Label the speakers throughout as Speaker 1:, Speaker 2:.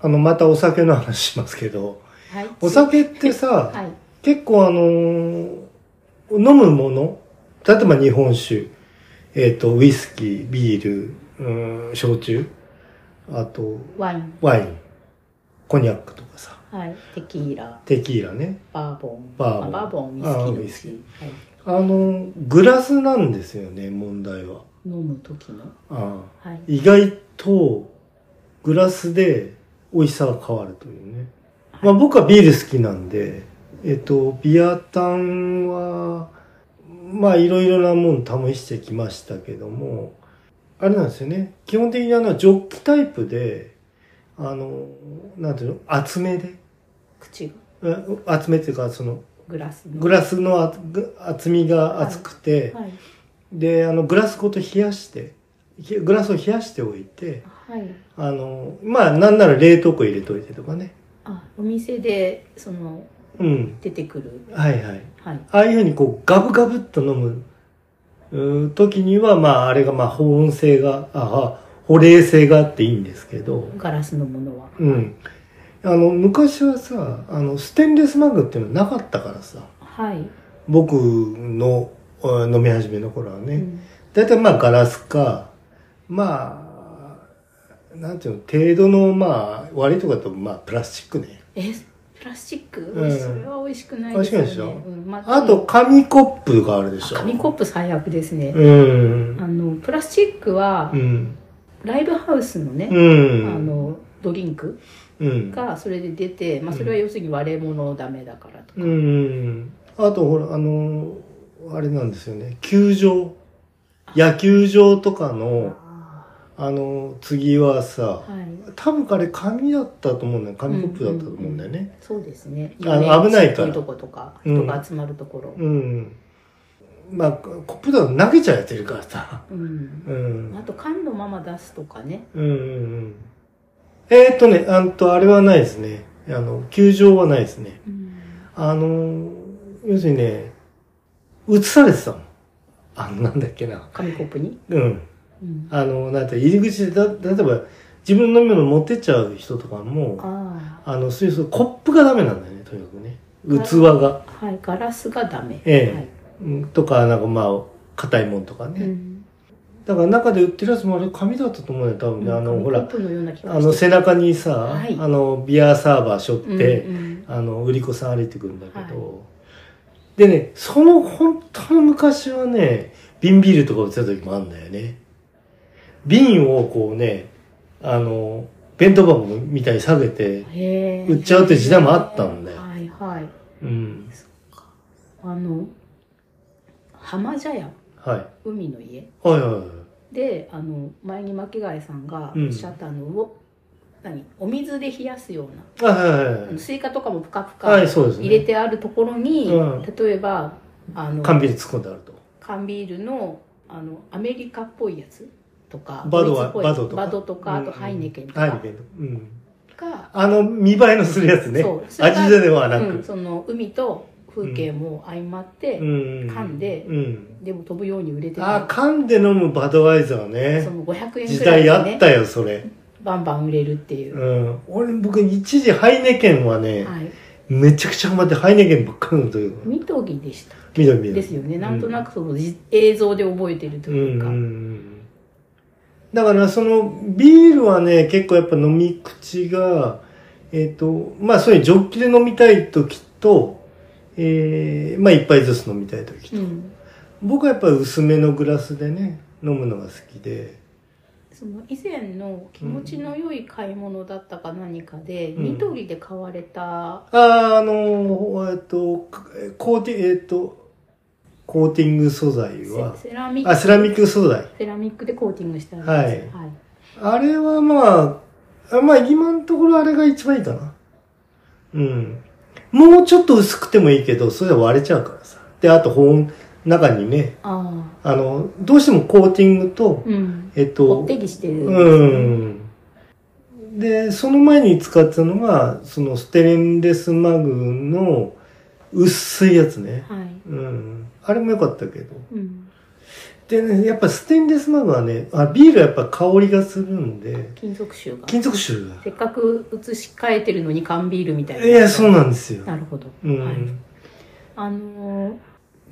Speaker 1: あのまたお酒の話しますけ ど
Speaker 2: はい。
Speaker 1: お酒ってさ、
Speaker 2: はい。
Speaker 1: 結構あのー飲むもの例えば日本酒、えっ、と、ウイスキー、ビール、うーん、焼酎、あと、
Speaker 2: ワイン。
Speaker 1: ワイン、コニャックとかさ、
Speaker 2: はい。テキーラ。
Speaker 1: テキーラね。
Speaker 2: バーボン。
Speaker 1: バーボン
Speaker 2: まあバーボン、ウイスキ
Speaker 1: あー
Speaker 2: ーの
Speaker 1: ウ
Speaker 2: う
Speaker 1: イ
Speaker 2: ち
Speaker 1: スキー
Speaker 2: はい。
Speaker 1: あのー、グラスなんですよね、問題は。
Speaker 2: 飲む時の。
Speaker 1: ああ
Speaker 2: はい。
Speaker 1: 意外と、グラスで美味しさが変わるというね。まあ僕はビール好きなんで、えっ、と、ビアタンは、まあいろいろなもの試してきましたけども、あれなんですよね。基本的にあの、ジョッキタイプで、あの、なんていうの厚めで。
Speaker 2: 口が。
Speaker 1: え厚めっていうか、その、
Speaker 2: グラスの。
Speaker 1: グラスの厚ぐ厚みが厚くて、
Speaker 2: はい。
Speaker 1: で、あの、グラスごと冷やして、ひグラスを冷やしておいて、
Speaker 2: はい。
Speaker 1: あの、まあなんなら冷凍庫入れといてとかね。
Speaker 2: あ、お店で、その、
Speaker 1: うん。
Speaker 2: 出てくる。
Speaker 1: はいはい。
Speaker 2: はい。
Speaker 1: ああいうふうにこうガブガブっと飲むうー時には、まああれがまあ保温性が、ああ、保冷性があっていいんですけど、
Speaker 2: ガラスのものは。
Speaker 1: うん。あの、昔はさ、あの、ステンレスマグっていうのなかったからさ、
Speaker 2: はい。
Speaker 1: 僕のえー飲み始めの頃は
Speaker 2: う
Speaker 1: ね、
Speaker 2: ん
Speaker 1: だいたいまあガラスか、まあ、なんていうの、程度のまあ、悪いとこだとまあプラスチックね。
Speaker 2: え、プラスチック、
Speaker 1: うん
Speaker 2: それは美味しくないですよ
Speaker 1: 美
Speaker 2: ね。
Speaker 1: 味しくないでしょ
Speaker 2: うんま
Speaker 1: あと、紙コップがあるでしょ。
Speaker 2: 紙コップ最悪ですね。
Speaker 1: うん。
Speaker 2: あの、プラスチックは
Speaker 1: う、ん。
Speaker 2: ライブハウスのね、
Speaker 1: うん。
Speaker 2: あの、ドリンク
Speaker 1: うん。
Speaker 2: がそれで出て、まあ、それは要するに割れ物ダメだからとか。
Speaker 1: うん。あと、ほら、あの、あれなんですよね。球場。野球場とかの、
Speaker 2: あ
Speaker 1: あの、次は
Speaker 2: ー
Speaker 1: さ、
Speaker 2: はい。
Speaker 1: 多分あれ紙だったと思うんだよ。紙コップだったと思うんだよね。
Speaker 2: そうですね。
Speaker 1: あの危ないから
Speaker 2: そういうとことか、
Speaker 1: うん
Speaker 2: 人が集まるところ。
Speaker 1: うん。まあ、コップだと投げちゃってるからさ。
Speaker 2: うん。
Speaker 1: うん。
Speaker 2: あと、缶のまま出すとかね。
Speaker 1: うんうんうん。えー、っとね、あんと、あれはないですね。あの、球場はないですね。
Speaker 2: うん。
Speaker 1: あの、要するにね、映されてたもん。あの、なんだっけな。
Speaker 2: 紙コップに。
Speaker 1: うん。
Speaker 2: うん。
Speaker 1: あの、なんて、入り口で、だ例えば、自分の飲み物持ってっちゃう人とかも、
Speaker 2: あ
Speaker 1: あの、そういう、そうコップがダメなんだよね、とにかくね。器が、
Speaker 2: あ。はい。ガラスがダメ。
Speaker 1: ええうんとか、なんかまあ、硬いもんとか
Speaker 2: はい。
Speaker 1: ね。
Speaker 2: うん。
Speaker 1: だから中で売ってるやつもあれ、紙だったと思うよ、多分ね。あの、
Speaker 2: 紙
Speaker 1: ほ
Speaker 2: コ
Speaker 1: ら
Speaker 2: ッ、プのような気が
Speaker 1: あの、背中にさ、
Speaker 2: はい
Speaker 1: あの、ビアサーバー背負って、
Speaker 2: うんうん
Speaker 1: あの、売り子さん歩いてくるんだけど、でね、その本当の昔はね、瓶ビールとか売ってた時もあるんだよね。瓶をこうね、あの、弁当箱みたいに下げて、
Speaker 2: へえ
Speaker 1: 売っちゃうって時代もあったんだよ
Speaker 2: はいはい。
Speaker 1: うん、
Speaker 2: あの、浜茶屋、
Speaker 1: はい。
Speaker 2: 海の家。
Speaker 1: はいはいはい。
Speaker 2: で、あの、前に巻貝さんが
Speaker 1: うん
Speaker 2: おっしゃったのを、何お水で冷やすような。
Speaker 1: あはいはい
Speaker 2: あ
Speaker 1: は
Speaker 2: の
Speaker 1: い。
Speaker 2: スイカとかもぷかぷか
Speaker 1: はい、そうですね。
Speaker 2: 入れてあるところに、
Speaker 1: うん
Speaker 2: 例えば、あの、
Speaker 1: 缶ビール突っ込んであると。
Speaker 2: 缶ビールの、あの、アメリカっぽいやつとか、
Speaker 1: バドは、
Speaker 2: ドイツっぽい
Speaker 1: バドとか。
Speaker 2: バドとか、あと
Speaker 1: うん
Speaker 2: ハイネケンと
Speaker 1: ハイネ
Speaker 2: か
Speaker 1: ケンとか。うん。
Speaker 2: が、
Speaker 1: あの、見栄えのするやつね
Speaker 2: そう。それが
Speaker 1: 味ではな
Speaker 2: うん、
Speaker 1: く。
Speaker 2: その、海と風景も相まって、
Speaker 1: うん。
Speaker 2: 噛んで
Speaker 1: うん。
Speaker 2: でも飛ぶように売れてた
Speaker 1: あー、噛んで飲むバドワイザーね
Speaker 2: そ。の500円
Speaker 1: 時
Speaker 2: ぐら
Speaker 1: 代
Speaker 2: いで
Speaker 1: あ
Speaker 2: ね
Speaker 1: ったよ、それ。
Speaker 2: バンバン売れるっていうう、
Speaker 1: ん。俺、僕、一時ハイネケンはね、
Speaker 2: はい
Speaker 1: めちゃくちゃハマってハイネケンばっかり飲んだけど、
Speaker 2: 見とぎでした
Speaker 1: 緑緑。
Speaker 2: ですよねなんとな
Speaker 1: く
Speaker 2: くそのじ、映像で覚えてると
Speaker 1: うん
Speaker 2: いう
Speaker 1: うん
Speaker 2: か、
Speaker 1: うんうん。だから、その、ビールはね、結構やっぱ飲み口が、えっ、と、まあ、そういうジョッキで飲みたい時と、ええまあ、一杯ずつ飲みたい時と。
Speaker 2: うん
Speaker 1: 僕はやっぱり薄めのグラスでね飲むのが好きで
Speaker 2: その以前の気持ちの良い買い物だったか何かで、
Speaker 1: うん
Speaker 2: ニトリで買われた
Speaker 1: あーあのえっとコーティえっとコーティング素材
Speaker 2: セ
Speaker 1: は
Speaker 2: セラミック
Speaker 1: あセラミック素材
Speaker 2: セラミックでコーティングしたやつ
Speaker 1: はい
Speaker 2: はい
Speaker 1: あれはまああまあ今のところあれが一番いいかなうんもうちょっと薄くてもいいけどそれは割れちゃうからさであと保温中にね
Speaker 2: ああ
Speaker 1: あのどうしてもコーティングと
Speaker 2: うん
Speaker 1: えっ
Speaker 2: お
Speaker 1: と
Speaker 2: ってぎしてる
Speaker 1: うん。で、その前に使ってたのが、そのステンレスマグの薄いやつね。
Speaker 2: はい
Speaker 1: うん。あれも良かったけど。
Speaker 2: うん
Speaker 1: でね、やっぱステンレスマグはね、あビールはやっぱ香りがするんで、
Speaker 2: 金属臭が
Speaker 1: 金属臭が。
Speaker 2: せっかく移し替えてるのに缶ビールみたいない
Speaker 1: や、そうなんですよ。
Speaker 2: なるほど、
Speaker 1: う
Speaker 2: はい、
Speaker 1: ん。
Speaker 2: あのー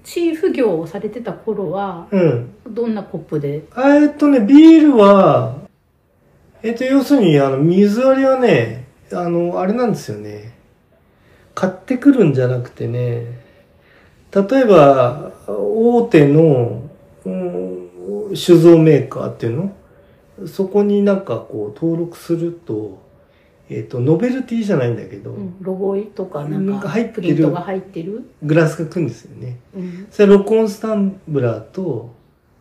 Speaker 2: チーフ業をされてた頃は
Speaker 1: うん。
Speaker 2: どんなコップで
Speaker 1: あえっとね、ビールは、えっと、要するに、あの、水割りはね、あの、あれなんですよね。買ってくるんじゃなくてね、例えば、大手の、うん、酒造メーカーっていうのそこになんかこう、登録すると、えっと、ノベルティじゃないんだけど、
Speaker 2: うんロゴとかなん
Speaker 1: うん
Speaker 2: か
Speaker 1: 入ってる
Speaker 2: プリントが入ってる、
Speaker 1: グラスが来るんですよね。
Speaker 2: うん、
Speaker 1: それはロコンスタンブラーと、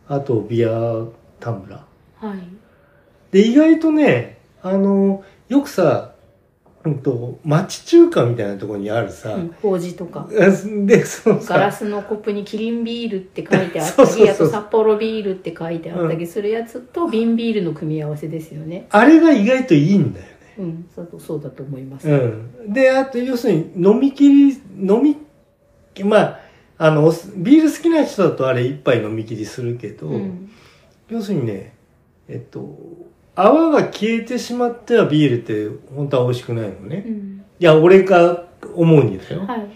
Speaker 1: あと、ビアタンブラー。
Speaker 2: はい
Speaker 1: で、意外とね、あの、よくさ、うんと、町中華みたいなところにあるさ、
Speaker 2: うん、麹と か
Speaker 1: で、その
Speaker 2: ガラ
Speaker 1: さ、
Speaker 2: スのコップにキリンビールって書いてあった
Speaker 1: そうそうそう
Speaker 2: りあと札幌ビールって書いてあったりするやつと瓶ビールの組み合わせですよね
Speaker 1: あれが意外といいんだよね。
Speaker 2: うんそうだそうだと思います、
Speaker 1: うん。で、あと、要するに、飲み切り、飲み、まあ、あの、お酢ビール好きな人だとあれ一杯飲み切りするけど、
Speaker 2: うん
Speaker 1: 要するにね、えっと、泡が消えてしまってはビールって本当は美味しくないのね。
Speaker 2: うん
Speaker 1: いや、俺が思うにだよ。
Speaker 2: はい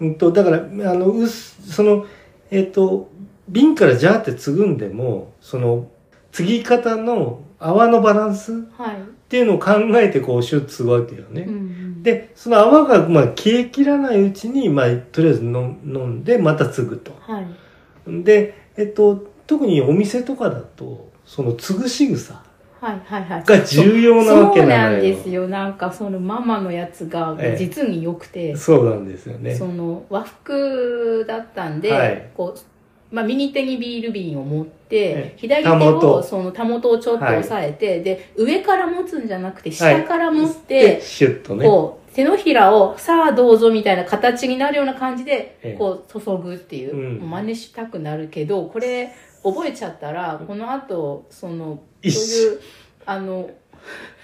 Speaker 1: うんと、だから、あの、うす、その、えっ、と、瓶からジャーって継ぐんでも、その、継ぎ方の泡のバランスっ
Speaker 2: はい、
Speaker 1: ていうのを考えてこう、シュッ継ぐわけよね。
Speaker 2: うん、
Speaker 1: で、その泡が、まあ、消えきらないうちに、まあ、とりあえず飲飲んで、また継ぐと。
Speaker 2: はい
Speaker 1: で、えっ、と、特にお店とかだと、その継ぐ仕草
Speaker 2: はいはいはい
Speaker 1: が重要なわけなの
Speaker 2: そうなん
Speaker 1: よ。
Speaker 2: ですよなんかそのママのやつが
Speaker 1: ええ
Speaker 2: 実に良くて、
Speaker 1: そうなんですよね。
Speaker 2: その和服だったんで、
Speaker 1: はい
Speaker 2: こうまあ、右手にビール瓶を持って
Speaker 1: え、
Speaker 2: 左手
Speaker 1: たもと
Speaker 2: をそのたもとをちょっと押さえて、で上から持つんじゃなくて
Speaker 1: はい
Speaker 2: 下から持っ
Speaker 1: で、
Speaker 2: て、
Speaker 1: シュッとね。
Speaker 2: こう手のひらをさあどうぞみたいな形になるような感じ
Speaker 1: ええ
Speaker 2: でこう注ぐっていう、
Speaker 1: うん
Speaker 2: 真似したくなるけどこれ覚えちゃったらこの後その
Speaker 1: 一
Speaker 2: そう
Speaker 1: 緒
Speaker 2: いうあの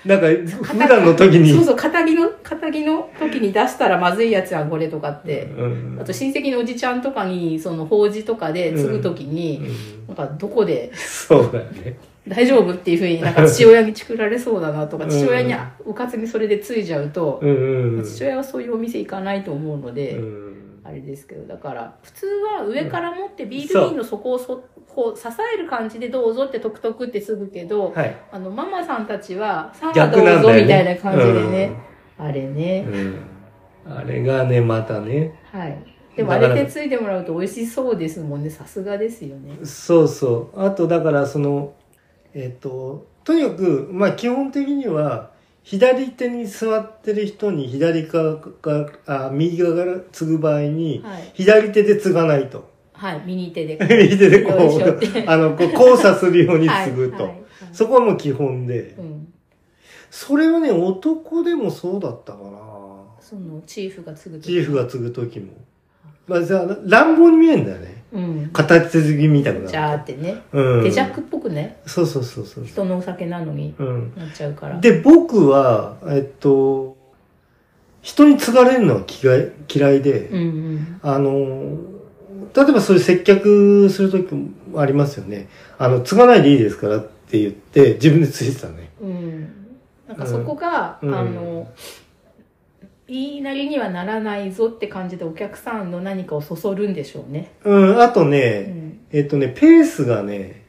Speaker 1: なんか、普段の時に。
Speaker 2: そうそう、肩着の、肩着の時に出したらまずいやつやん、これとかって。
Speaker 1: うん
Speaker 2: あと親戚のおじちゃんとかに、その、法事とかで継ぐ時
Speaker 1: う
Speaker 2: に、
Speaker 1: ん
Speaker 2: なんか、どこで
Speaker 1: そうだよね。
Speaker 2: 大丈夫っていうふうになんか父親に作られそうだなとか、
Speaker 1: うん
Speaker 2: 父親にうかつにそれで継いじゃうと、
Speaker 1: うんうんうん。
Speaker 2: 父親はそういうお店行かないと思うの
Speaker 1: う
Speaker 2: で、
Speaker 1: ん
Speaker 2: あれですけど、だから、普通は上から持ってビール瓶の底をそ、こう、支える感じでどうぞってトクトクって継ぐけど、
Speaker 1: はい。
Speaker 2: あの、ママさんたちは、さあ
Speaker 1: 逆
Speaker 2: ど
Speaker 1: なん
Speaker 2: う
Speaker 1: だ
Speaker 2: ぞ
Speaker 1: よね。
Speaker 2: みたいな感じでね、あれね
Speaker 1: うん。、うんあれがね、またね。
Speaker 2: はい。でもあ
Speaker 1: だから
Speaker 2: れでついてもらうと美味しそうですもんね。さすがですよね。
Speaker 1: そうそう。あと、だから、その、えっと、とにかく、まあ、基本的には、左手に座ってる人に左側から、あ右側から継ぐ場合に、
Speaker 2: はい。
Speaker 1: 左手で継がないと。
Speaker 2: はい。右手で。
Speaker 1: 右手でこ
Speaker 2: よいしょっ
Speaker 1: う、
Speaker 2: て
Speaker 1: あの、こう交差するように継ぐ
Speaker 2: はい
Speaker 1: と
Speaker 2: は。い
Speaker 1: そこはもう基本で
Speaker 2: う。ん。
Speaker 1: それはね、男でもそうだったかな。
Speaker 2: そのチーフが継ぐと
Speaker 1: チーフが継ぐ時も。まあ、さ乱暴に見えんだよね。
Speaker 2: うん。
Speaker 1: 形継ぎみたく
Speaker 2: じ
Speaker 1: なる。
Speaker 2: ゃーってね。
Speaker 1: うん。
Speaker 2: 手弱っぽくね。
Speaker 1: そうそうそうそう。
Speaker 2: 人のお酒なのに
Speaker 1: うん。
Speaker 2: なっちゃうから。
Speaker 1: で、僕は、えっと、人に継がれるのは嫌い嫌いで、
Speaker 2: うんうん。
Speaker 1: あの、例えばそういう接客する時もありますよね。あの、継がないでいいですからって言って、自分で継いでたね。
Speaker 2: うん。なんかそこが、
Speaker 1: うん
Speaker 2: あの、言いなりにはならないぞって感じでお客さんの何かをそそるんでしょうね。
Speaker 1: うん、あとね、
Speaker 2: うん。
Speaker 1: えっとね、ペースがね、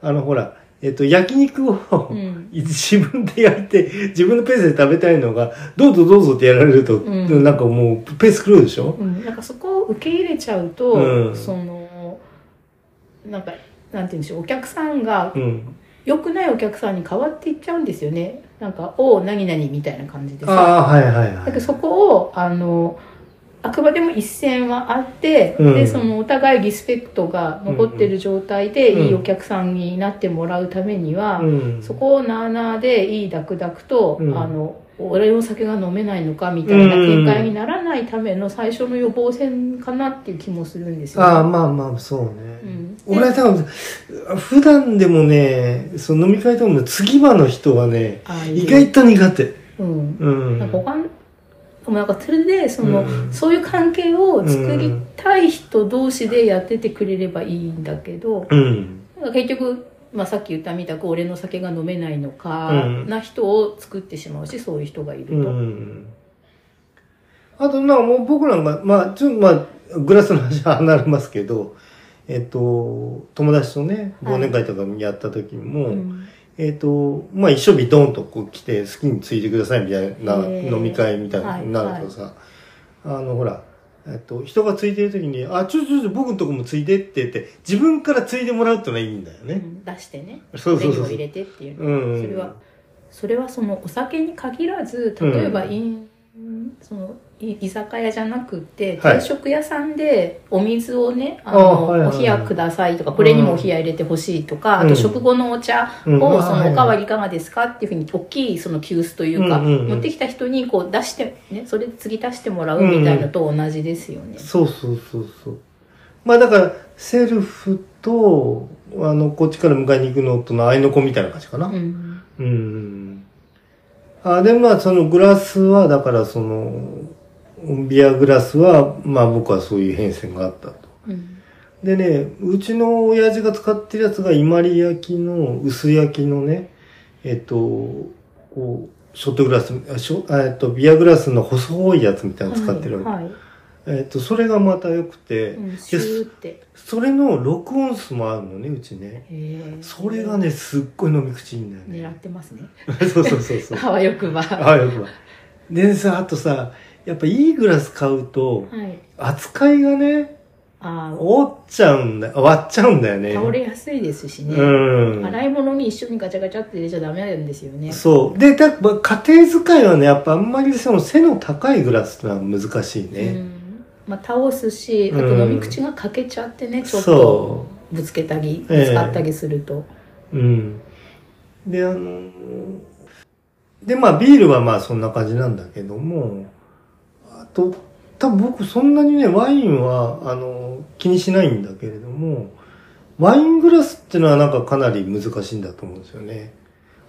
Speaker 1: あのほら、えっと、焼肉を、
Speaker 2: うん。
Speaker 1: 自分で焼いて、自分のペースで食べたいのが、どうぞどうぞってやられると、
Speaker 2: うん
Speaker 1: なんかもう、ペース狂うでしょ
Speaker 2: うん、なんかそこを受け入れちゃうと、
Speaker 1: うん
Speaker 2: そのなんかなんて言うんでしょうお客さんが
Speaker 1: うん。
Speaker 2: 良くないお客さんに変わっていっちゃうんですよねなんか「おう何々」みたいな感じで
Speaker 1: あ
Speaker 2: さ
Speaker 1: あ、はいはいは
Speaker 2: だけど
Speaker 1: い。
Speaker 2: そこをあのあくまでも一線はあって、
Speaker 1: うん
Speaker 2: でそのお互いリスペクトが残ってる状態で、
Speaker 1: うんうん
Speaker 2: いいお客さんになってもらうためには、
Speaker 1: うん。
Speaker 2: そこをなあなあでいいダクダクと、
Speaker 1: うん
Speaker 2: あの俺の酒が飲めないのかみたいな展開にならないための最初の予防線かなっていう気もするんですよ、
Speaker 1: ああ、まあまあ、そうね。
Speaker 2: うん
Speaker 1: 俺は多分、普段でもね、その飲み会とかも次場の人はね、
Speaker 2: ああいう
Speaker 1: 意外と苦手。
Speaker 2: うん、
Speaker 1: うん。
Speaker 2: なんか他のでもなんかそれでその、
Speaker 1: うん
Speaker 2: そういう関係を作りたい人同士でやっててくれればいいんだけど、
Speaker 1: うん。
Speaker 2: だから結局、まあ、さっき言ったみたく俺の酒が飲めないのか
Speaker 1: うん
Speaker 2: な人を作ってしまうしそういう人がいると、
Speaker 1: うん。あと、なんかもう僕なんか、まあ、ちょっとまあ、グラスの話は離れますけど、えっと、友達とね、
Speaker 2: はい
Speaker 1: 忘年会とかやった時も、
Speaker 2: うん
Speaker 1: えっと、まあ一緒日ドンとこう来て好きについてくださいみたいな
Speaker 2: へー
Speaker 1: 飲み会みたいなのになるとさ、あのほら、えっと、人がついてる時に、あ、ちょちょちょ、僕のとこもついてって言って、自分からついてもらうってのはいいんだよ
Speaker 2: う
Speaker 1: ね。
Speaker 2: ん出してね
Speaker 1: そうそうそ
Speaker 2: ネギ
Speaker 1: う
Speaker 2: を
Speaker 1: そ
Speaker 2: 入
Speaker 1: う。
Speaker 2: れてっていう、
Speaker 1: うんうん
Speaker 2: それはそれはそのお酒に限らず例えば
Speaker 1: うん
Speaker 2: いんそのい居酒屋じゃなくて
Speaker 1: はい
Speaker 2: 定食屋さんでお水をね、あ
Speaker 1: あ
Speaker 2: の
Speaker 1: はいはいはい
Speaker 2: お冷やくださいとかこれにもお冷や入れてほしいとか、
Speaker 1: うん
Speaker 2: あと食後のお茶を、
Speaker 1: うんあ
Speaker 2: そ
Speaker 1: はいは
Speaker 2: の
Speaker 1: い
Speaker 2: おかわりいかがですかっていうふうに大きいその急須というか、
Speaker 1: うんうんうん
Speaker 2: 持ってきた人にこう出して、ね、それで次足してもらうみたいのと同じですよね。
Speaker 1: そうそうそうそう。まあだから、セルフと、あの、こっちから迎えに行くのとの合いの子みたいな感じかな。
Speaker 2: うん
Speaker 1: うん。あで、まあ、そのグラスは、だから、その、ビアグラスは、まあ僕はそういう変遷があったと。
Speaker 2: うん
Speaker 1: でね、うちの親父が使ってるやつが、伊万里焼きの、薄焼きのね、えっと、こう、ショットグラス、あショあえっと、ビアグラスの細いやつみたいなの使ってるわけ。
Speaker 2: はいはい
Speaker 1: えっと、それがまた良くて、
Speaker 2: うん、シューって、
Speaker 1: それの録音数もあるのね、うちね。
Speaker 2: へー
Speaker 1: それがね、すっごい飲み口いいんだよ
Speaker 2: 狙っ
Speaker 1: ね。
Speaker 2: てますね
Speaker 1: そうそうそうそう。
Speaker 2: あわよくばは
Speaker 1: あ、よくわでさ、あとさ、やっぱいいグラス買うと、
Speaker 2: い
Speaker 1: 扱いがね、
Speaker 2: あ
Speaker 1: 折っちゃうんだ、割っちゃうんだよね。
Speaker 2: 倒れやすいですしね、
Speaker 1: うん。
Speaker 2: 洗い物に一緒にガチャガチャって入れちゃダメなんですよね
Speaker 1: そう。で、だまあ家庭使いはね、やっぱあんまりその背の高いグラスってのは難しいうね。
Speaker 2: んまあ、倒すしあと
Speaker 1: うん
Speaker 2: 飲み口が欠けちゃってねちょっと
Speaker 1: そ
Speaker 2: ぶつけたり
Speaker 1: ええ
Speaker 2: ぶつかったりすると、
Speaker 1: う。うん。で、あの、で、まあビールはまあそんな感じなんだけども、あと、多分僕そんなにね、ワインは、あの、気にしないんだけれども、ワイングラスっていうのはなんかかなり難しいんだと思うんですよね。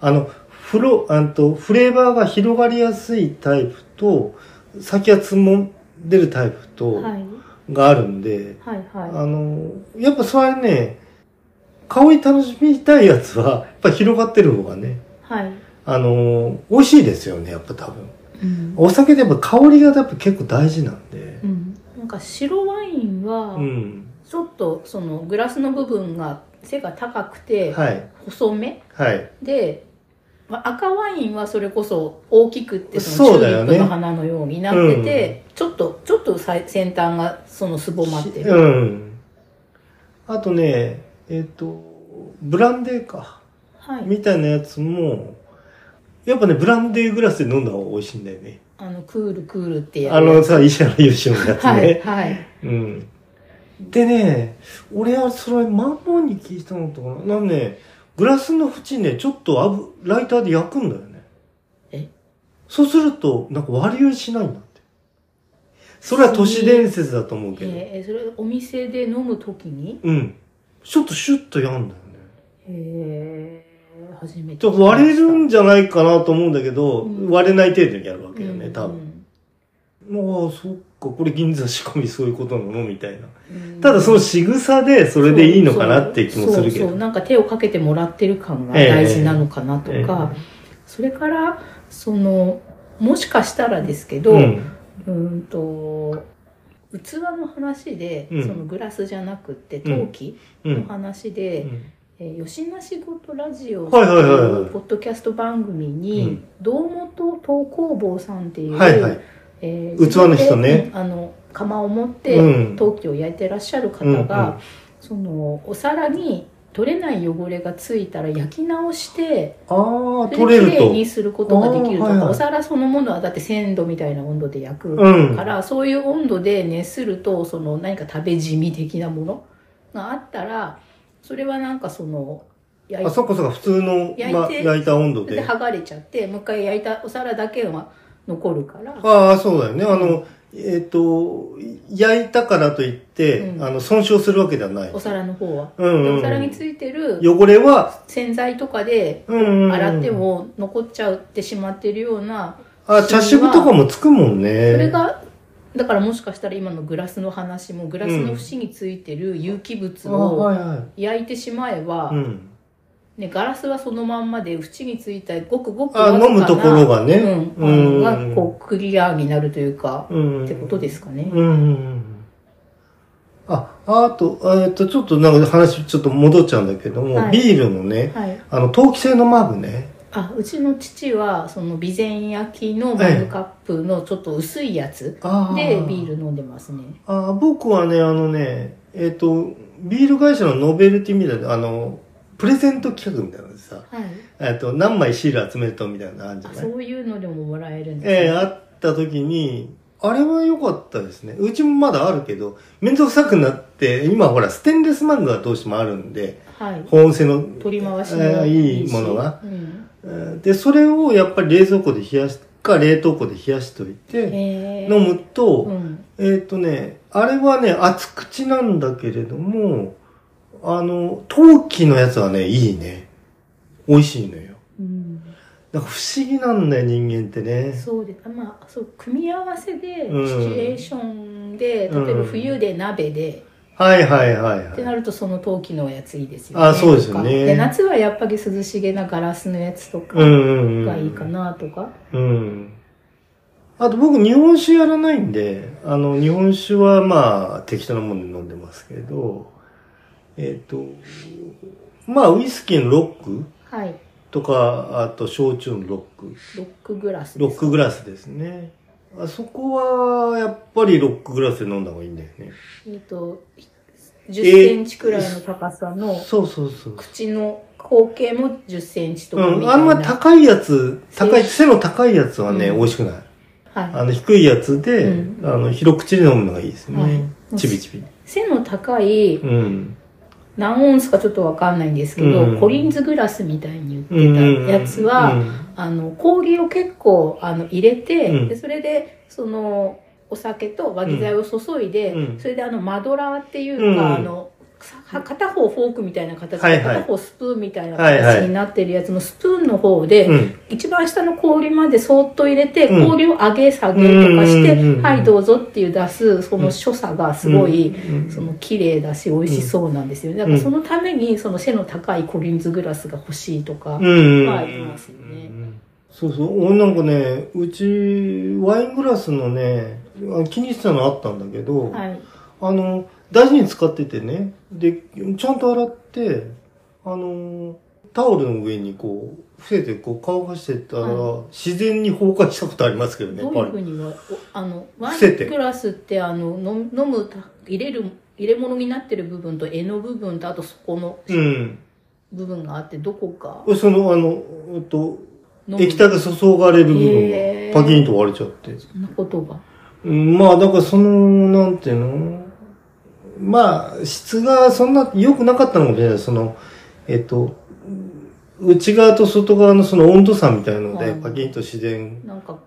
Speaker 1: あの、フロ、あんと、フレーバーが広がりやすいタイプと、先がつも出るタイプと、
Speaker 2: はい
Speaker 1: があるんで、
Speaker 2: はいは
Speaker 1: あの、やっぱそれはね、香り楽しみたいやつは、やっぱ広がってる方がね、
Speaker 2: いはい、
Speaker 1: あの、美味しいですよね、やっぱ多分。
Speaker 2: うん
Speaker 1: お酒でやっぱ香りがやっぱ結構大事なんで
Speaker 2: う。ん、なんか白ワインは
Speaker 1: うん。
Speaker 2: ちょっとそのグラスの部分が背が高くて
Speaker 1: はい。
Speaker 2: 細め、
Speaker 1: はい。
Speaker 2: で、まあ、赤ワインはそれこそ大きくってそ
Speaker 1: そ
Speaker 2: の
Speaker 1: う
Speaker 2: チュ
Speaker 1: だよ
Speaker 2: ーリッ
Speaker 1: ね
Speaker 2: プの花のようになってて、ちょっとちょっとさい先端がそのすぼまってる、
Speaker 1: うん。あとね、えっ、と、ブランデーか。
Speaker 2: はい、
Speaker 1: みたいなやつも、やっぱね、ブランデーグラスで飲んだ方が美味しいんだよね。
Speaker 2: あのクールクールってやる
Speaker 1: あのさ、石原優秀のやつね。
Speaker 2: はいはい
Speaker 1: うん。でね、俺はそれ、ママに聞いたのとかな。なんかね、グラスの縁ね、ちょっとあぶライターで焼くんだよね。
Speaker 2: え
Speaker 1: そうすると、なんか割り酔いしないんだって。それは都市伝説だと思うけど。
Speaker 2: えーそれお店で飲む時に
Speaker 1: うん。ちょっとシュッとやんだよね。
Speaker 2: へえ初めて
Speaker 1: ちょっと割れる
Speaker 2: ん
Speaker 1: んじゃないかなと思うんだけど、
Speaker 2: うん
Speaker 1: 割れない程度にやるわけよね、多分。
Speaker 2: 分、
Speaker 1: ああ、そっか、これ銀座仕込みそういうことなのみたいな。
Speaker 2: うん
Speaker 1: ただその仕草でそれでいいのかなって気もするけ
Speaker 2: そうそう
Speaker 1: ど
Speaker 2: そう。なんか手をかけてもらってる感が大事なのかなと
Speaker 1: えええ
Speaker 2: か、それからそのもしかしたらですけど、
Speaker 1: うん
Speaker 2: うーんと器の話で、
Speaker 1: うん
Speaker 2: そのグラスじゃなくて陶器
Speaker 1: う
Speaker 2: の
Speaker 1: ん
Speaker 2: 話で、えー吉な仕事ラジオって
Speaker 1: はいはいはいはい
Speaker 2: いうポッドキャスト番組
Speaker 1: う
Speaker 2: に
Speaker 1: ん
Speaker 2: 堂本陶工房さんっていう、
Speaker 1: はいはい。
Speaker 2: え
Speaker 1: 器の人ね
Speaker 2: 自分でうんあの釜を持って
Speaker 1: うん
Speaker 2: 陶器を焼いてらっしゃる方が、
Speaker 1: うんうん
Speaker 2: そのお皿に取れない汚れがついたら焼き直して
Speaker 1: ああ、
Speaker 2: そ
Speaker 1: 取
Speaker 2: れ
Speaker 1: れ
Speaker 2: で綺麗
Speaker 1: る
Speaker 2: にすることができると
Speaker 1: あーはいはい
Speaker 2: かお皿そのものはだって鮮度みたいな温度で焼
Speaker 1: と。
Speaker 2: く
Speaker 1: うん
Speaker 2: か。ら、そういう温度で熱するとその何か食べ染み的なものがあったらそれはなんかその焼い
Speaker 1: あ、そっかそっか、普通の
Speaker 2: 焼いて
Speaker 1: ま焼いた温度
Speaker 2: で
Speaker 1: で。
Speaker 2: 剥がれちゃってもう一回焼いたお皿だけは残るから
Speaker 1: ああ、そうだよね。あの、えっと、焼いたからといって
Speaker 2: う、ん
Speaker 1: あの、損傷するわけではない
Speaker 2: お。皿の方は。
Speaker 1: うん
Speaker 2: で
Speaker 1: うん。
Speaker 2: お皿についてる
Speaker 1: 汚れは、
Speaker 2: 洗剤とかで
Speaker 1: うんうんうん。
Speaker 2: 洗って。も残っちゃってしまってるような
Speaker 1: あ、茶渋とかもつくもんね。
Speaker 2: それがだからもしかしたら今のグラスの話もグラスの節についてる有機物
Speaker 1: あは
Speaker 2: を
Speaker 1: いは
Speaker 2: 焼いてしまえば、
Speaker 1: い。うん。
Speaker 2: ね、ガラスはそのまんまで縁についたごくごく
Speaker 1: あ、
Speaker 2: わずかな
Speaker 1: 飲むところがね。
Speaker 2: うんあのがこうクリアになるというか、
Speaker 1: うん。
Speaker 2: ってことですかね。
Speaker 1: うんうんうん。あ、あと、えっと、ちょっとなんか話ちょっと戻っちゃうんだけども、
Speaker 2: はい
Speaker 1: ビールのね、
Speaker 2: はい、
Speaker 1: あの、陶器製のマグね。
Speaker 2: あうちの父はその備前焼きのマグカップのちょっと薄いやつ
Speaker 1: あ
Speaker 2: でビール飲んでますね。
Speaker 1: あ僕はね、あのね、えっ、と、ビール会社のノベルティみたいな、あの、プレゼント企画みたいなのでさ、
Speaker 2: はい、
Speaker 1: えっと、何枚シール集めるとみたいなのあるんじゃ
Speaker 2: あ
Speaker 1: な
Speaker 2: そ
Speaker 1: いう
Speaker 2: いうのでももらえるんです
Speaker 1: ええ
Speaker 2: ね、
Speaker 1: あった時に、あれは良かったですね。うちもまだあるけど、面倒くさくなって、今ほら、ステンレスマグがどうしてもあるんで、
Speaker 2: はい、
Speaker 1: 保温性の
Speaker 2: 取り回し
Speaker 1: え
Speaker 2: も
Speaker 1: ーいい
Speaker 2: し
Speaker 1: ものが、
Speaker 2: うん
Speaker 1: で、それをやっぱり冷蔵庫で冷やし、か冷凍庫で冷やしといて、
Speaker 2: えー
Speaker 1: 飲む
Speaker 2: う
Speaker 1: と、
Speaker 2: ん、
Speaker 1: えーっ、とね、あれはね、厚口なんだけれども、あの、陶器のやつはね、いいね。美味しいのよ。
Speaker 2: うん
Speaker 1: なんか不思議なんだよ、人間ってね。
Speaker 2: そうであまあそう組み合わせでシチ
Speaker 1: うん
Speaker 2: ュエーションで、
Speaker 1: うん
Speaker 2: 例えば冬で鍋で、
Speaker 1: はいはいはい
Speaker 2: って
Speaker 1: は。
Speaker 2: ないるとその陶器のやついいですよ
Speaker 1: あそうですよね
Speaker 2: とかで夏はやっぱり涼しげなガラスのやつとか
Speaker 1: うんうんうん。
Speaker 2: がいいか。なとか、
Speaker 1: うん。あと僕、日本酒やらないんで、あの、日本酒はまあ、適当なもんで飲んでますけど、えっ、と、まあ、ウイスキーのロック
Speaker 2: はい
Speaker 1: とか、あと、焼酎のロック、
Speaker 2: ロックグラス
Speaker 1: ロ
Speaker 2: で
Speaker 1: ッ
Speaker 2: す
Speaker 1: クグラスですね。あそこは、やっぱりロックグラスで飲んだ方がいいんだよね。
Speaker 2: えっと10センチくらいの高さの
Speaker 1: そうそうそう。
Speaker 2: 口の口径も10センチと
Speaker 1: う
Speaker 2: かみたい
Speaker 1: ん、
Speaker 2: な、
Speaker 1: あんま高いやつ、高い、
Speaker 2: せ
Speaker 1: 背の高いやつはね、
Speaker 2: うん
Speaker 1: 美味しくない。
Speaker 2: は
Speaker 1: あの、低いやつで、
Speaker 2: う
Speaker 1: あの、広口で飲むのがいいですね。
Speaker 2: はい
Speaker 1: ちびちび。
Speaker 2: い、背の高い
Speaker 1: うん。
Speaker 2: 何オンスかちょっとわかんないんですけど、
Speaker 1: うん
Speaker 2: コリンズグラスみたいに言ってたや
Speaker 1: や
Speaker 2: つは、あの氷を結構あの入れて、
Speaker 1: うん
Speaker 2: でそれでそのお酒と和木材を注いで、
Speaker 1: うん
Speaker 2: それであのマドラーっていう
Speaker 1: うん
Speaker 2: か、あのさ片方フォークみたいな形
Speaker 1: は
Speaker 2: で、
Speaker 1: いはい
Speaker 2: 片方スプーンみたいな
Speaker 1: はいはい
Speaker 2: 形になってるやつのスプーンの方で、
Speaker 1: うん
Speaker 2: 一番下の氷までそーっと入れて、
Speaker 1: うん
Speaker 2: 氷を上げ下げとかして、
Speaker 1: うんうんうんうん
Speaker 2: はいどうぞっていう出すその所作がすごい、
Speaker 1: うん
Speaker 2: その綺麗だし美味しそうなんですよねだからそのためにその背の高いコリンズグラスが欲しいとか、
Speaker 1: うん
Speaker 2: はいいますよね
Speaker 1: うんそうそう俺なんかねうちワイングラスのねあ気にしてたのあったんだけど、
Speaker 2: はい
Speaker 1: あの大事に使っててねでちゃんと洗ってあのタオルの上にこう伏せてこう乾かしてたら、
Speaker 2: は
Speaker 1: 自然に崩壊したことありますけどね
Speaker 2: どういうふうにはおあのワイ
Speaker 1: 伏せて
Speaker 2: ングラスってあのの飲むた入れる入れ物になってる部分と柄の部分とあとそこの
Speaker 1: やっぱりうん
Speaker 2: 部分があってどこか
Speaker 1: そのあの、えっと、
Speaker 2: 飲む
Speaker 1: 液体が注がれる部
Speaker 2: へ
Speaker 1: 分
Speaker 2: ー
Speaker 1: がパキンと割れちゃって
Speaker 2: そんなことが
Speaker 1: うんまあ、だからその、なんていうのまあ、質がそんな良くなかったのかもしれない。その、えっと、内側と外側のその温度差みたいので、
Speaker 2: はい
Speaker 1: パキンと自然。
Speaker 2: なんか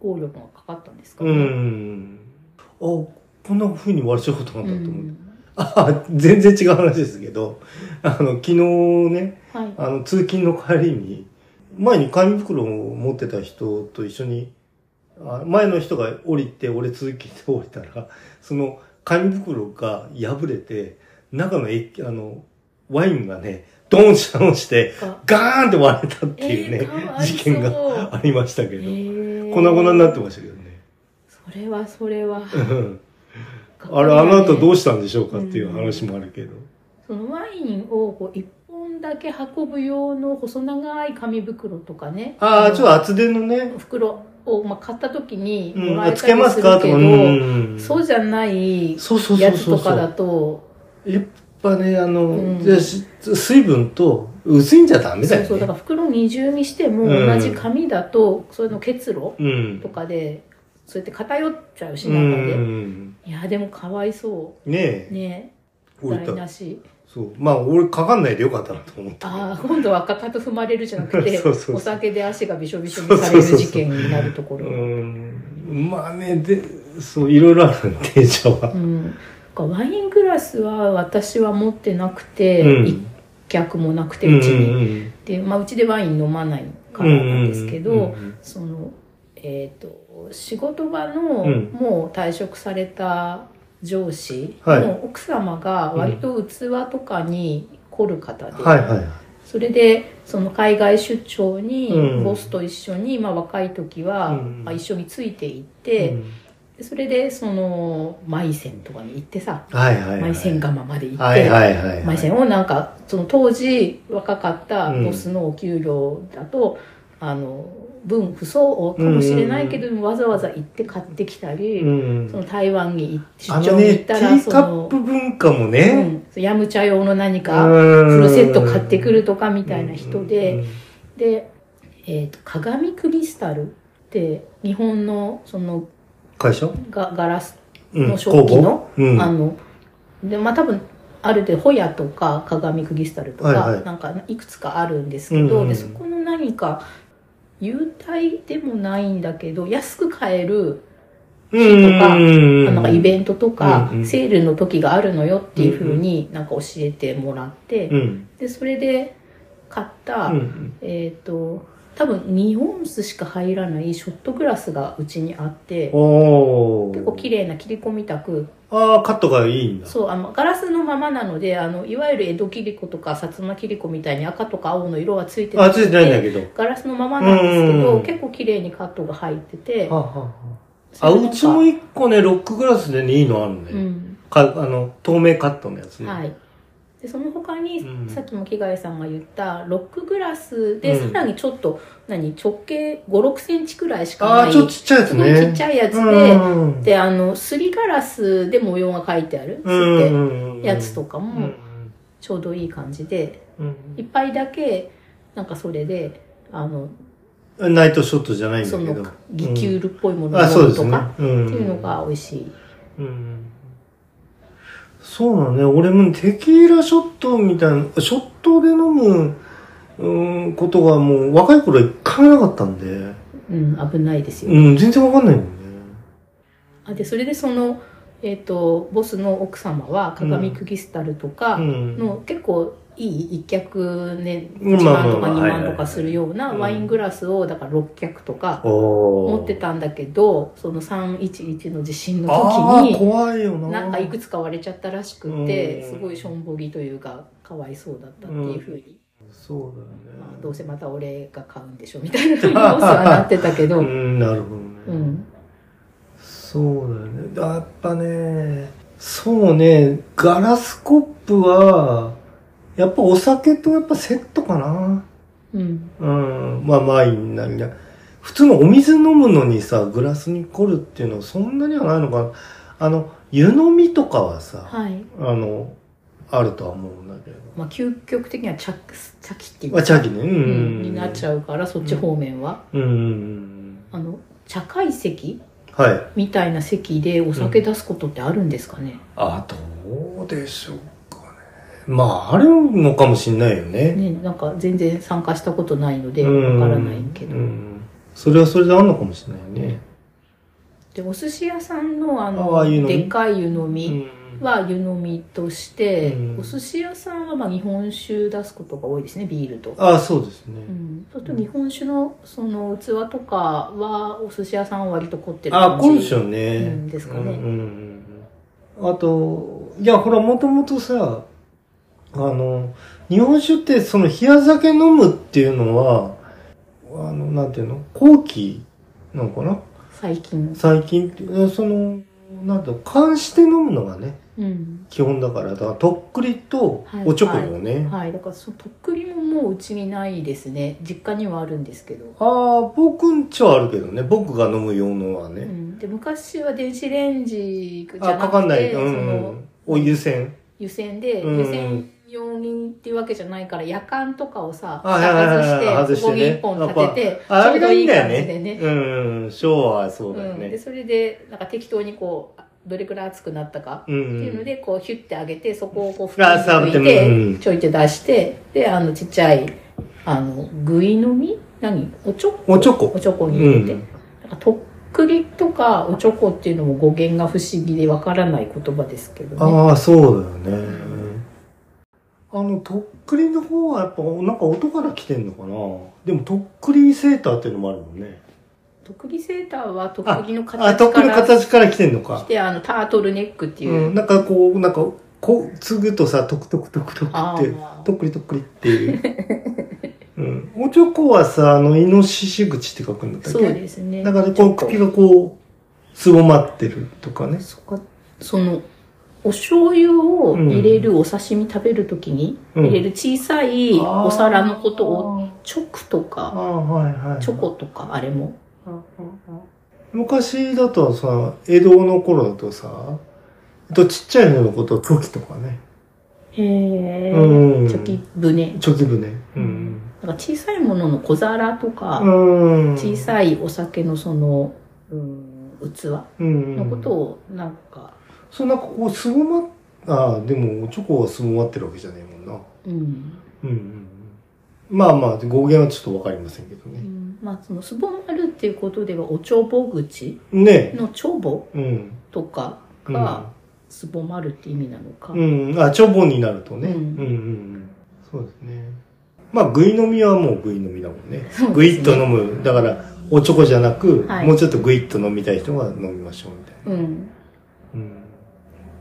Speaker 2: 効力がかかったんですか
Speaker 1: う
Speaker 2: ね、
Speaker 1: ん。あ、こんな風に割れちゃうことなん
Speaker 2: う
Speaker 1: だと思って。
Speaker 2: ん
Speaker 1: あ、全然違う話ですけど、あの、昨日ね、
Speaker 2: はい
Speaker 1: あの、通勤の帰りに、前に紙袋を持ってた人と一緒に、あ前の人が降りて、俺通勤で降りたら、その紙袋が破れて、中の液、あの、ワインがね、ドーンシャドンして、
Speaker 2: が
Speaker 1: ガーンって割れたっていう
Speaker 2: え
Speaker 1: ね
Speaker 2: ー、かわいそう
Speaker 1: 事件がありましたけ
Speaker 2: え
Speaker 1: ど、
Speaker 2: ー
Speaker 1: 粉々になってましたけどね。
Speaker 2: それはそれは
Speaker 1: うんあれ、あの後どうしたんでしょうかっていううん話もあるけど。
Speaker 2: そのワインをこう1本だけ運ぶ用の細長い紙袋とかね
Speaker 1: ああ、ちょっ
Speaker 2: っ
Speaker 1: と厚手のね、
Speaker 2: 袋を、まあ、買った時に
Speaker 1: う
Speaker 2: も
Speaker 1: ん、
Speaker 2: らえ
Speaker 1: あ
Speaker 2: たり
Speaker 1: つ
Speaker 2: す
Speaker 1: け
Speaker 2: る
Speaker 1: ます
Speaker 2: け
Speaker 1: か
Speaker 2: ど、
Speaker 1: とか、うん
Speaker 2: そうじゃない
Speaker 1: そうそうそうそうそう
Speaker 2: やつとかだと
Speaker 1: やっぱね、あの、
Speaker 2: うん
Speaker 1: じゃあし水分と薄いんじゃダメだよね。
Speaker 2: そうそうだから袋二重にしても
Speaker 1: うん
Speaker 2: 同じ紙だと、それの結露
Speaker 1: うん
Speaker 2: と。かでそうやって偏っちゃうし
Speaker 1: う
Speaker 2: 中で、
Speaker 1: ん。
Speaker 2: いやでもかわいそ
Speaker 1: ねえ、
Speaker 2: うね
Speaker 1: 俺
Speaker 2: 台
Speaker 1: た
Speaker 2: 無し
Speaker 1: そう。まあ、俺かかんないでよかったなと思った。
Speaker 2: ああ今度はかかと踏まれるじゃなくて
Speaker 1: そうそうそう
Speaker 2: お酒で足がびしょびしょにされる事件になるとこ
Speaker 1: う
Speaker 2: ろ
Speaker 1: ん。まあね、で、そう、いろいろあるんで、じゃあ。
Speaker 2: うん、ワイングラスは私は持ってなくて、
Speaker 1: うん
Speaker 2: 一脚もなくて
Speaker 1: うん
Speaker 2: うちに、
Speaker 1: うん
Speaker 2: で、まあ、うちでワイン飲まないからなんですけど、
Speaker 1: うんうんうんうん
Speaker 2: そのええー、と仕事場の、
Speaker 1: うん
Speaker 2: もう退職された上司
Speaker 1: はい
Speaker 2: の奥様が割と器とかに凝る方で、
Speaker 1: はいはい
Speaker 2: それでその海外出張に
Speaker 1: うん
Speaker 2: ボスと一緒に、まあ、若い時は、
Speaker 1: うん
Speaker 2: まあ、一緒についていって、
Speaker 1: うん
Speaker 2: でそれでそのマイセンとかに行ってさ
Speaker 1: はいはいはい
Speaker 2: マイセン釜まで行って、
Speaker 1: はいはいはいはい
Speaker 2: マイセンをなんかその当時若かったボスのお給料だと、あの分不相応かもしれないけど、わざわざ行って買ってきたり、
Speaker 1: うん
Speaker 2: その台湾に行って
Speaker 1: あ
Speaker 2: 出張
Speaker 1: の
Speaker 2: に
Speaker 1: ね
Speaker 2: 行っ
Speaker 1: テ
Speaker 2: たら
Speaker 1: ィ
Speaker 2: そ
Speaker 1: ーカッ
Speaker 2: の
Speaker 1: プ文化も
Speaker 2: う
Speaker 1: ね、
Speaker 2: ん、ヤムチャ用の何
Speaker 1: う
Speaker 2: か
Speaker 1: ん
Speaker 2: フルセット買ってくるとかみたいな人で。
Speaker 1: うん
Speaker 2: で、えー、と鏡クリスタルって日本のその
Speaker 1: 会社、
Speaker 2: ガガラス、
Speaker 1: うん、
Speaker 2: の食器の
Speaker 1: 工房うん
Speaker 2: あのでまあ多分あるでホヤとか鏡クリスタルとか、
Speaker 1: はいはい
Speaker 2: なんかいくつかあるんですけ
Speaker 1: う
Speaker 2: ど、
Speaker 1: んうん
Speaker 2: でそこの何か優待でもないんだけど安く買える
Speaker 1: うん
Speaker 2: か
Speaker 1: うん
Speaker 2: なんかイベントとか、
Speaker 1: うんうん
Speaker 2: セールの時があるのよっていうふうになんか教えてもらって、
Speaker 1: うん
Speaker 2: でそれで買った、
Speaker 1: うん
Speaker 2: えっ、と多分2オンスしか入らないショットグラスがうちにあって
Speaker 1: お
Speaker 2: 結構綺
Speaker 1: 麗
Speaker 2: 麗な切り込みたく
Speaker 1: ああカットがいいんだ
Speaker 2: そうあのガラスのままなのであのいわゆる江戸切子とか薩摩切子みたいに赤とか青の色はついてな
Speaker 1: あ
Speaker 2: く
Speaker 1: ついてないんだけど
Speaker 2: ガラスのままなんですけ
Speaker 1: うんうん
Speaker 2: ど
Speaker 1: うん
Speaker 2: 結構綺麗にカットが入ってて
Speaker 1: はあはあはああうちも
Speaker 2: いい、
Speaker 1: 一個ねロックグラスでねいいのあるね、
Speaker 2: うん
Speaker 1: かあの透明カットのやつね、
Speaker 2: はい、でその他に、
Speaker 1: うん
Speaker 2: さっきも木貝さんが言ったロックグラスで、
Speaker 1: うん
Speaker 2: さらにちょっと何直径5 6センチくらいしか
Speaker 1: あ
Speaker 2: な
Speaker 1: あ
Speaker 2: い
Speaker 1: ちょっとちっちゃいやつ
Speaker 2: すご
Speaker 1: ね
Speaker 2: いちっちゃいやつで、
Speaker 1: うん
Speaker 2: であのすりガラスで模様が書いてあ
Speaker 1: うん
Speaker 2: るす
Speaker 1: うん
Speaker 2: ってやつとか
Speaker 1: う
Speaker 2: も
Speaker 1: ん
Speaker 2: ちょうどいい感じで
Speaker 1: うん
Speaker 2: 一杯だけなんかそれであの
Speaker 1: うんナイトショットじゃないんだ
Speaker 2: そ
Speaker 1: けど
Speaker 2: のリキュールっぽいものを
Speaker 1: あそう
Speaker 2: 飲
Speaker 1: ですね
Speaker 2: むとか
Speaker 1: て
Speaker 2: ってい
Speaker 1: いう
Speaker 2: のが美味しい
Speaker 1: うんそうなのね。俺もテキーラショットみたいな、ショットで飲む、うん、ことがもう若い頃一回もなかったんで、
Speaker 2: うん危ないですよ
Speaker 1: うん、全然わかんないもんね。
Speaker 2: あでそれでそのえっとボスの奥様は鏡クギスタルと
Speaker 1: う
Speaker 2: か
Speaker 1: ん。
Speaker 2: の結構いい一脚ね
Speaker 1: うん
Speaker 2: 1
Speaker 1: まあまあ
Speaker 2: 万とか
Speaker 1: まあ
Speaker 2: 2
Speaker 1: はいはい
Speaker 2: 万とかするような
Speaker 1: うん
Speaker 2: ワイングラスをだから6脚とか
Speaker 1: おー
Speaker 2: 持ってたんだけどその311の地震の
Speaker 1: あ
Speaker 2: 時
Speaker 1: ー
Speaker 2: に
Speaker 1: 怖いよな。
Speaker 2: なんかいくつか割れちゃったらしくて
Speaker 1: うん
Speaker 2: すごいしょんぼりというかかわいそうだったっていうふうに、
Speaker 1: そうだよ
Speaker 2: ま
Speaker 1: ね
Speaker 2: あ、。どうせまた俺が買うんでしょみたいなふうにボス はなってたけど、
Speaker 1: う
Speaker 2: うん
Speaker 1: ん、なるほどね。そうだよね。あやっぱね、そうね、ガラスコップは、やっぱお酒とやっぱセットかな。
Speaker 2: うん
Speaker 1: うん、まあまあいいんだみたいな。普通のお水飲むのにさ、グラスに凝るっていうのはそんなにはないのかな。あの、湯飲みとかはさ、
Speaker 2: はい、
Speaker 1: あの、あるとは思うんだけど。
Speaker 2: まあ、究極的にはチャックスチャキっていう
Speaker 1: あ、チャーキね。うん
Speaker 2: う。んになっちゃうからそっち方面は、
Speaker 1: うん。うん。
Speaker 2: あの茶会席
Speaker 1: はい。
Speaker 2: みたいな席でお酒出すことってあるんですかね、
Speaker 1: あ、どうでしょうかね。まあ、あるのかもしんないよね。
Speaker 2: ねなんか全然参加したことないので
Speaker 1: うん
Speaker 2: わからないけど、
Speaker 1: うんそれはそれであんのかもしれないね。
Speaker 2: でお寿司屋さんのあ
Speaker 1: ああ
Speaker 2: の
Speaker 1: 湯飲み
Speaker 2: でっかい湯飲み
Speaker 1: うん
Speaker 2: は湯飲みとして、
Speaker 1: うん
Speaker 2: お寿司屋さんはまあ日本酒出すことが多いですねビールと。
Speaker 1: ああ、そうですね。
Speaker 2: うん、そうすると日本酒のその器とかはお寿司屋さんは割と凝ってる
Speaker 1: ああ、
Speaker 2: 感
Speaker 1: コン
Speaker 2: じ
Speaker 1: ションね。
Speaker 2: うんですかね
Speaker 1: うんうんうんあと、いや、ほら、もともとさ、あの、日本酒ってその冷や酒飲むっていうのは、あの、なんていうの後期なのかな
Speaker 2: 最近、
Speaker 1: 最近って、えその、なんていうの缶して飲むのがね、
Speaker 2: うん
Speaker 1: 基本だから、だから、とっくりと
Speaker 2: はい
Speaker 1: おちょこよね。
Speaker 2: はい、だからそのとっくりももううちにないですね実家にはあるんですけど、
Speaker 1: ああ、僕んちはあるけどね。僕が飲む用のは
Speaker 2: う
Speaker 1: ね。
Speaker 2: ん、で昔は電子レンジじ
Speaker 1: あ
Speaker 2: ゃ
Speaker 1: か
Speaker 2: な
Speaker 1: かん
Speaker 2: く
Speaker 1: ない。
Speaker 2: て
Speaker 1: う
Speaker 2: そ
Speaker 1: んう
Speaker 2: の
Speaker 1: ん。お湯煎。
Speaker 2: 湯煎で、
Speaker 1: うん
Speaker 2: 湯煎用にっていうわけじゃないから夜間とかをさ
Speaker 1: あはいはいはいはい
Speaker 2: 外してそこに1本立てて
Speaker 1: あれがいいんだよ
Speaker 2: ちょうどいい感じで
Speaker 1: ね。
Speaker 2: ね
Speaker 1: うんうん。昭和はそうだよ
Speaker 2: うん、で
Speaker 1: ね。
Speaker 2: それでなんか適当にこうどれくらい熱くなったか
Speaker 1: うん
Speaker 2: っていうのでこうヒュッて上げてそこをこう
Speaker 1: うんあ触っ
Speaker 2: 拭
Speaker 1: て
Speaker 2: い
Speaker 1: も
Speaker 2: て
Speaker 1: うん
Speaker 2: ちょいって出してであのちっちゃいあの具い飲み何おちょこ
Speaker 1: おちょこ
Speaker 2: おちょこ
Speaker 1: う
Speaker 2: に入れて、
Speaker 1: ん。
Speaker 2: なんかとっくりとかおちょこっていうのも語源が不思議でわからない言葉ですけどね
Speaker 1: ああ、そうだよね。あの、とっくりの方はやっぱ、なんか音から来てんのかな。でも、とっくりセーターっていうのもあるもんね。
Speaker 2: 徳利セーターは徳利の形
Speaker 1: あ、とっ
Speaker 2: か
Speaker 1: くの
Speaker 2: ら
Speaker 1: 形から来てんの
Speaker 2: 来
Speaker 1: か。
Speaker 2: てあのタートルネックっていう、
Speaker 1: うん、なんかこう、なんか、こう、継ぐとさ、トクトクトクトク
Speaker 2: あ
Speaker 1: って、
Speaker 2: ー
Speaker 1: とっくりとっくりっていう。 うん。おちょこはさ、あの、イノシシ口って書くんだったっ
Speaker 2: そ
Speaker 1: け
Speaker 2: うですね
Speaker 1: だからこう、
Speaker 2: ちょっと
Speaker 1: 首がこう、すぼまってるとかね。
Speaker 2: そっかそのお醤油を入れるお刺身食べるときに
Speaker 1: うん
Speaker 2: 入れる小さいお皿のことを
Speaker 1: あ
Speaker 2: チョクと
Speaker 1: ー
Speaker 2: か
Speaker 1: あー、はいはい。
Speaker 2: チョコとかあれも
Speaker 1: 昔だとさ、江戸の頃だとさ、えっとちっちゃいののことをチョキとかね。
Speaker 2: へえ、
Speaker 1: うん。
Speaker 2: チョキ船
Speaker 1: チョキ船。うん。
Speaker 2: なんか小さいものの小皿とか、
Speaker 1: うん。
Speaker 2: 小
Speaker 1: い
Speaker 2: さいお酒のその、うん、器の
Speaker 1: の
Speaker 2: ことをなんか、
Speaker 1: そうなんかこうすぼまああでもチョコはすぼまってるわけじゃないもんな
Speaker 2: うん
Speaker 1: うんうんうんまあまあ語源はちょっとわかりませんけど
Speaker 2: う
Speaker 1: ね
Speaker 2: んまあそのすぼまるっていうことではお帳簿口
Speaker 1: ね
Speaker 2: の帳簿
Speaker 1: えうん
Speaker 2: とか
Speaker 1: うん
Speaker 2: がすぼまるって意味なのか、
Speaker 1: うんあチョボになるとね、う、
Speaker 2: うん
Speaker 1: うん
Speaker 2: ん
Speaker 1: うんそうですねまあぐい飲みはもうぐい飲みだもんね
Speaker 2: そうですね
Speaker 1: ぐいっと飲むだからおチョコじゃなく、
Speaker 2: はい
Speaker 1: もうちょっとぐいっと飲みたい人は飲みましょうみたいな
Speaker 2: うん
Speaker 1: うん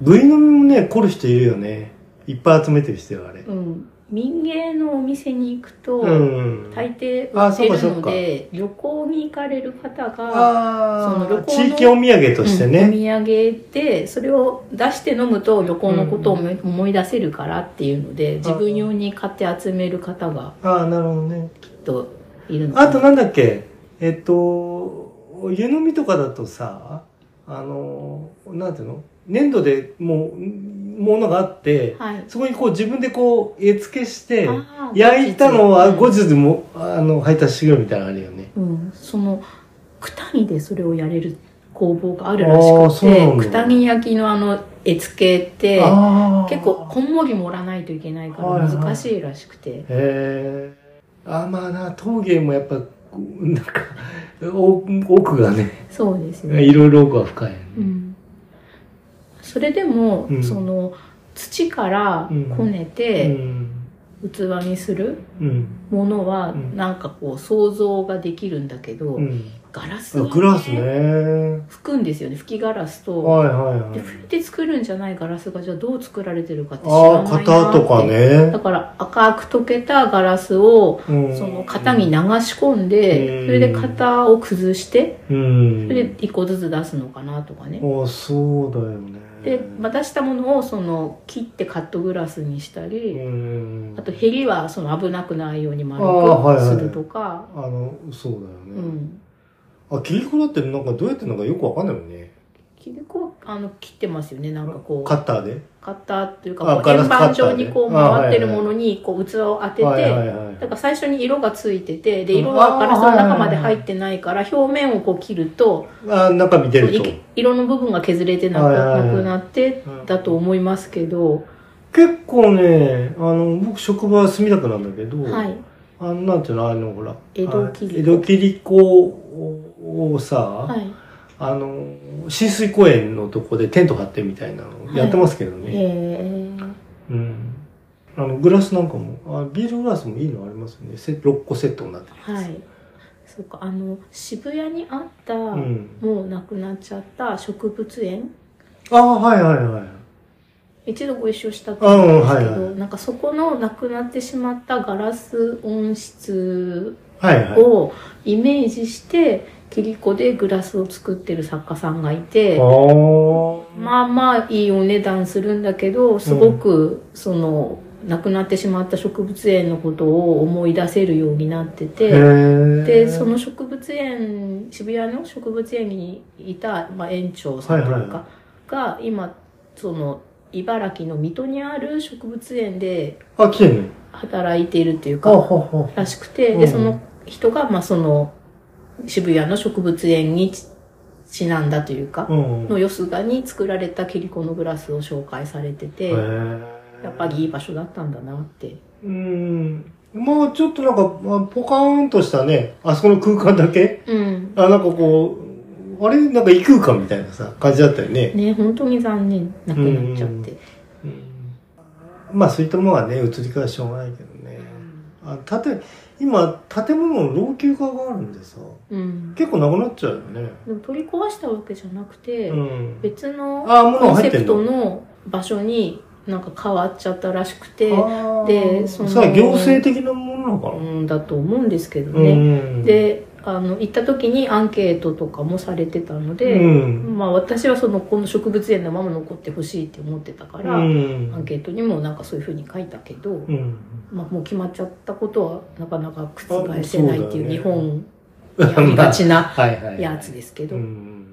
Speaker 1: ぐい飲みもね凝る人いるよねいっぱい集めてる人があれ
Speaker 2: うん、民芸のお店に行くと、
Speaker 1: うん
Speaker 2: 大抵
Speaker 1: あ
Speaker 2: 売
Speaker 1: そう
Speaker 2: っ
Speaker 1: か
Speaker 2: て
Speaker 1: そ
Speaker 2: る
Speaker 1: う
Speaker 2: の
Speaker 1: か
Speaker 2: で旅行に行かれる方が
Speaker 1: あ
Speaker 2: その旅
Speaker 1: あ
Speaker 2: 行の
Speaker 1: 地域お土産として
Speaker 2: うん
Speaker 1: ね、
Speaker 2: お土産でそれを出して飲むと旅行のことを思い思い出せるからっていうので自分用に買って集める方が
Speaker 1: ああなるほどね
Speaker 2: きっといるのか
Speaker 1: あとなんだっけえっと湯飲みとかだとさあのなんていうの粘土でもうものがあって
Speaker 2: はい
Speaker 1: そこにこう自分でこう絵付けして
Speaker 2: あー
Speaker 1: 焼いたのは後
Speaker 2: 後日
Speaker 1: 日でもあの配達してくれるみたいなのあるよね
Speaker 2: うん、その九谷でそれをやれる工房があるらし
Speaker 1: あー
Speaker 2: く
Speaker 1: そうな
Speaker 2: て
Speaker 1: んだ
Speaker 2: 九谷焼のあの絵付けって
Speaker 1: ああ
Speaker 2: 結構こんもり盛らないといけないから難しいらしくて、
Speaker 1: へえあまあな陶芸もやっぱなんかお奥がね
Speaker 2: そうですね、
Speaker 1: いろいろ奥が深いよね、
Speaker 2: うん、それでも、
Speaker 1: うん
Speaker 2: その土からこねて器にする
Speaker 1: うん
Speaker 2: ものは、
Speaker 1: うん
Speaker 2: なんかこう想像ができるんだけど、
Speaker 1: うん
Speaker 2: ガラス
Speaker 1: あ
Speaker 2: は、
Speaker 1: グラスね
Speaker 2: 吹くんですよね吹きガラスと、
Speaker 1: はいはいは
Speaker 2: で
Speaker 1: い
Speaker 2: 吹いて作るんじゃないガラスがじゃあどう作られてるかって知ら
Speaker 1: ああ
Speaker 2: ないなって
Speaker 1: 型とかね
Speaker 2: だから赤く溶けたガラスを
Speaker 1: そ
Speaker 2: その型に流し込んで、
Speaker 1: うん
Speaker 2: それで型を崩して
Speaker 1: うん
Speaker 2: それで一個ずつ出すのかなとかね、
Speaker 1: ああそうだよね
Speaker 2: で、まあ、出したものをその切ってカットグラスにした
Speaker 1: う
Speaker 2: り、
Speaker 1: ん
Speaker 2: あとヘリはその危なくないように丸
Speaker 1: ああはい
Speaker 2: く
Speaker 1: はい
Speaker 2: するとか、
Speaker 1: あのそうだよ
Speaker 2: う
Speaker 1: ね
Speaker 2: ん
Speaker 1: あ切り子だってなんかどうやってんのかよくわかんないもんね
Speaker 2: 切り子はあの切ってますよねなんかこ
Speaker 1: カ
Speaker 2: う
Speaker 1: ッターで
Speaker 2: カッターっていうか
Speaker 1: あ
Speaker 2: こう
Speaker 1: ガラ
Speaker 2: 円
Speaker 1: スカッター
Speaker 2: 盤状にこう
Speaker 1: ねあはい
Speaker 2: 回ってるものにこう器を当てて、
Speaker 1: はいはいはい
Speaker 2: だから最初に色がついててで
Speaker 1: うん
Speaker 2: 色はガラスの中まで
Speaker 1: あーはいはい
Speaker 2: 入ってないから表面をこう切ると
Speaker 1: ああ中見てると
Speaker 2: い色の部分が削れてなく
Speaker 1: はいはいはい
Speaker 2: なくなってだと思いますけど、
Speaker 1: 結構ねあの僕職場は墨田区なんだけど
Speaker 2: はい、
Speaker 1: あのなんていうのあのほら
Speaker 2: 江戸切子
Speaker 1: あ江戸切り子ををさ、
Speaker 2: はい、
Speaker 1: あの浸水公園のとこでテント張ってみたいなのやってますけどね、
Speaker 2: えー
Speaker 1: うんあのグラスなんかもあビールグラスもいいのありますねセ6個セットになってるや
Speaker 2: は
Speaker 1: つ
Speaker 2: い。そうか、あの、渋谷にあった、
Speaker 1: うん、
Speaker 2: もうなくなっちゃった植物園、
Speaker 1: ああはいはいはい
Speaker 2: 一度ご一緒したと思うんですけど、
Speaker 1: うんはいは
Speaker 2: なんかそこのなくなってしまったガラス温室
Speaker 1: はいはい
Speaker 2: をイメージして、切り子でグラスを作ってる作家さんがいて、
Speaker 1: あ
Speaker 2: まあまあいいお値段するんだけど、すごく、その、なくなってしまった植物園のことを思い出せるようになって
Speaker 1: あ
Speaker 2: て、
Speaker 1: へ
Speaker 2: でそ
Speaker 1: の
Speaker 2: の植物園渋谷の植物園にいた、まあ、園長さんというか、
Speaker 1: はいはいは
Speaker 2: が今その茨城の水戸にある植物園で
Speaker 1: あ来てんね
Speaker 2: 働いているという
Speaker 1: あは
Speaker 2: か
Speaker 1: は
Speaker 2: らしくて、
Speaker 1: うん
Speaker 2: でその人が、まあ、その渋谷の植物園にちちなんだというか、
Speaker 1: うん
Speaker 2: のよすがに作られた切子のグラスを紹介されてて、やっぱりいい場所だったんだなって。
Speaker 1: うんまあちょっとなんか、まあ、ポカーンとしたねあそこの空間だけ
Speaker 2: うん
Speaker 1: あなんかこうあれなんか異空間みたいなさ感じだったよね、
Speaker 2: ね、本当に残念なくなっちゃって、
Speaker 1: まあそういったものはね移り変わりはしょうがないけどね、あ建て今建物の老朽化があるんでさ
Speaker 2: うん、
Speaker 1: 結構なくなっちゃうよね、
Speaker 2: でも取り壊したわけじゃなくて、
Speaker 1: うん、
Speaker 2: 別の
Speaker 1: あー物
Speaker 2: コン
Speaker 1: 入
Speaker 2: セ
Speaker 1: ってん
Speaker 2: プ
Speaker 1: の
Speaker 2: トの場所になんか変わっちゃったらしくて、
Speaker 1: あー
Speaker 2: でその
Speaker 1: それは行政的なものなのかな、
Speaker 2: うん、だと思うんですけど
Speaker 1: う
Speaker 2: ね、
Speaker 1: ん、
Speaker 2: であの行った時にアンケートとかもされてたの
Speaker 1: う
Speaker 2: で、
Speaker 1: ん
Speaker 2: まあ、私はそのこの植物園のまま残ってほしいって思ってたから、
Speaker 1: うん
Speaker 2: アンケートにもなんかそういうふうに書いたけど、
Speaker 1: うん
Speaker 2: まあ、もう決まっちゃったことはなかなか覆せないっていう日
Speaker 1: あそうだよ
Speaker 2: 本にありがちな
Speaker 1: はいはいはい
Speaker 2: やつですけど、
Speaker 1: うん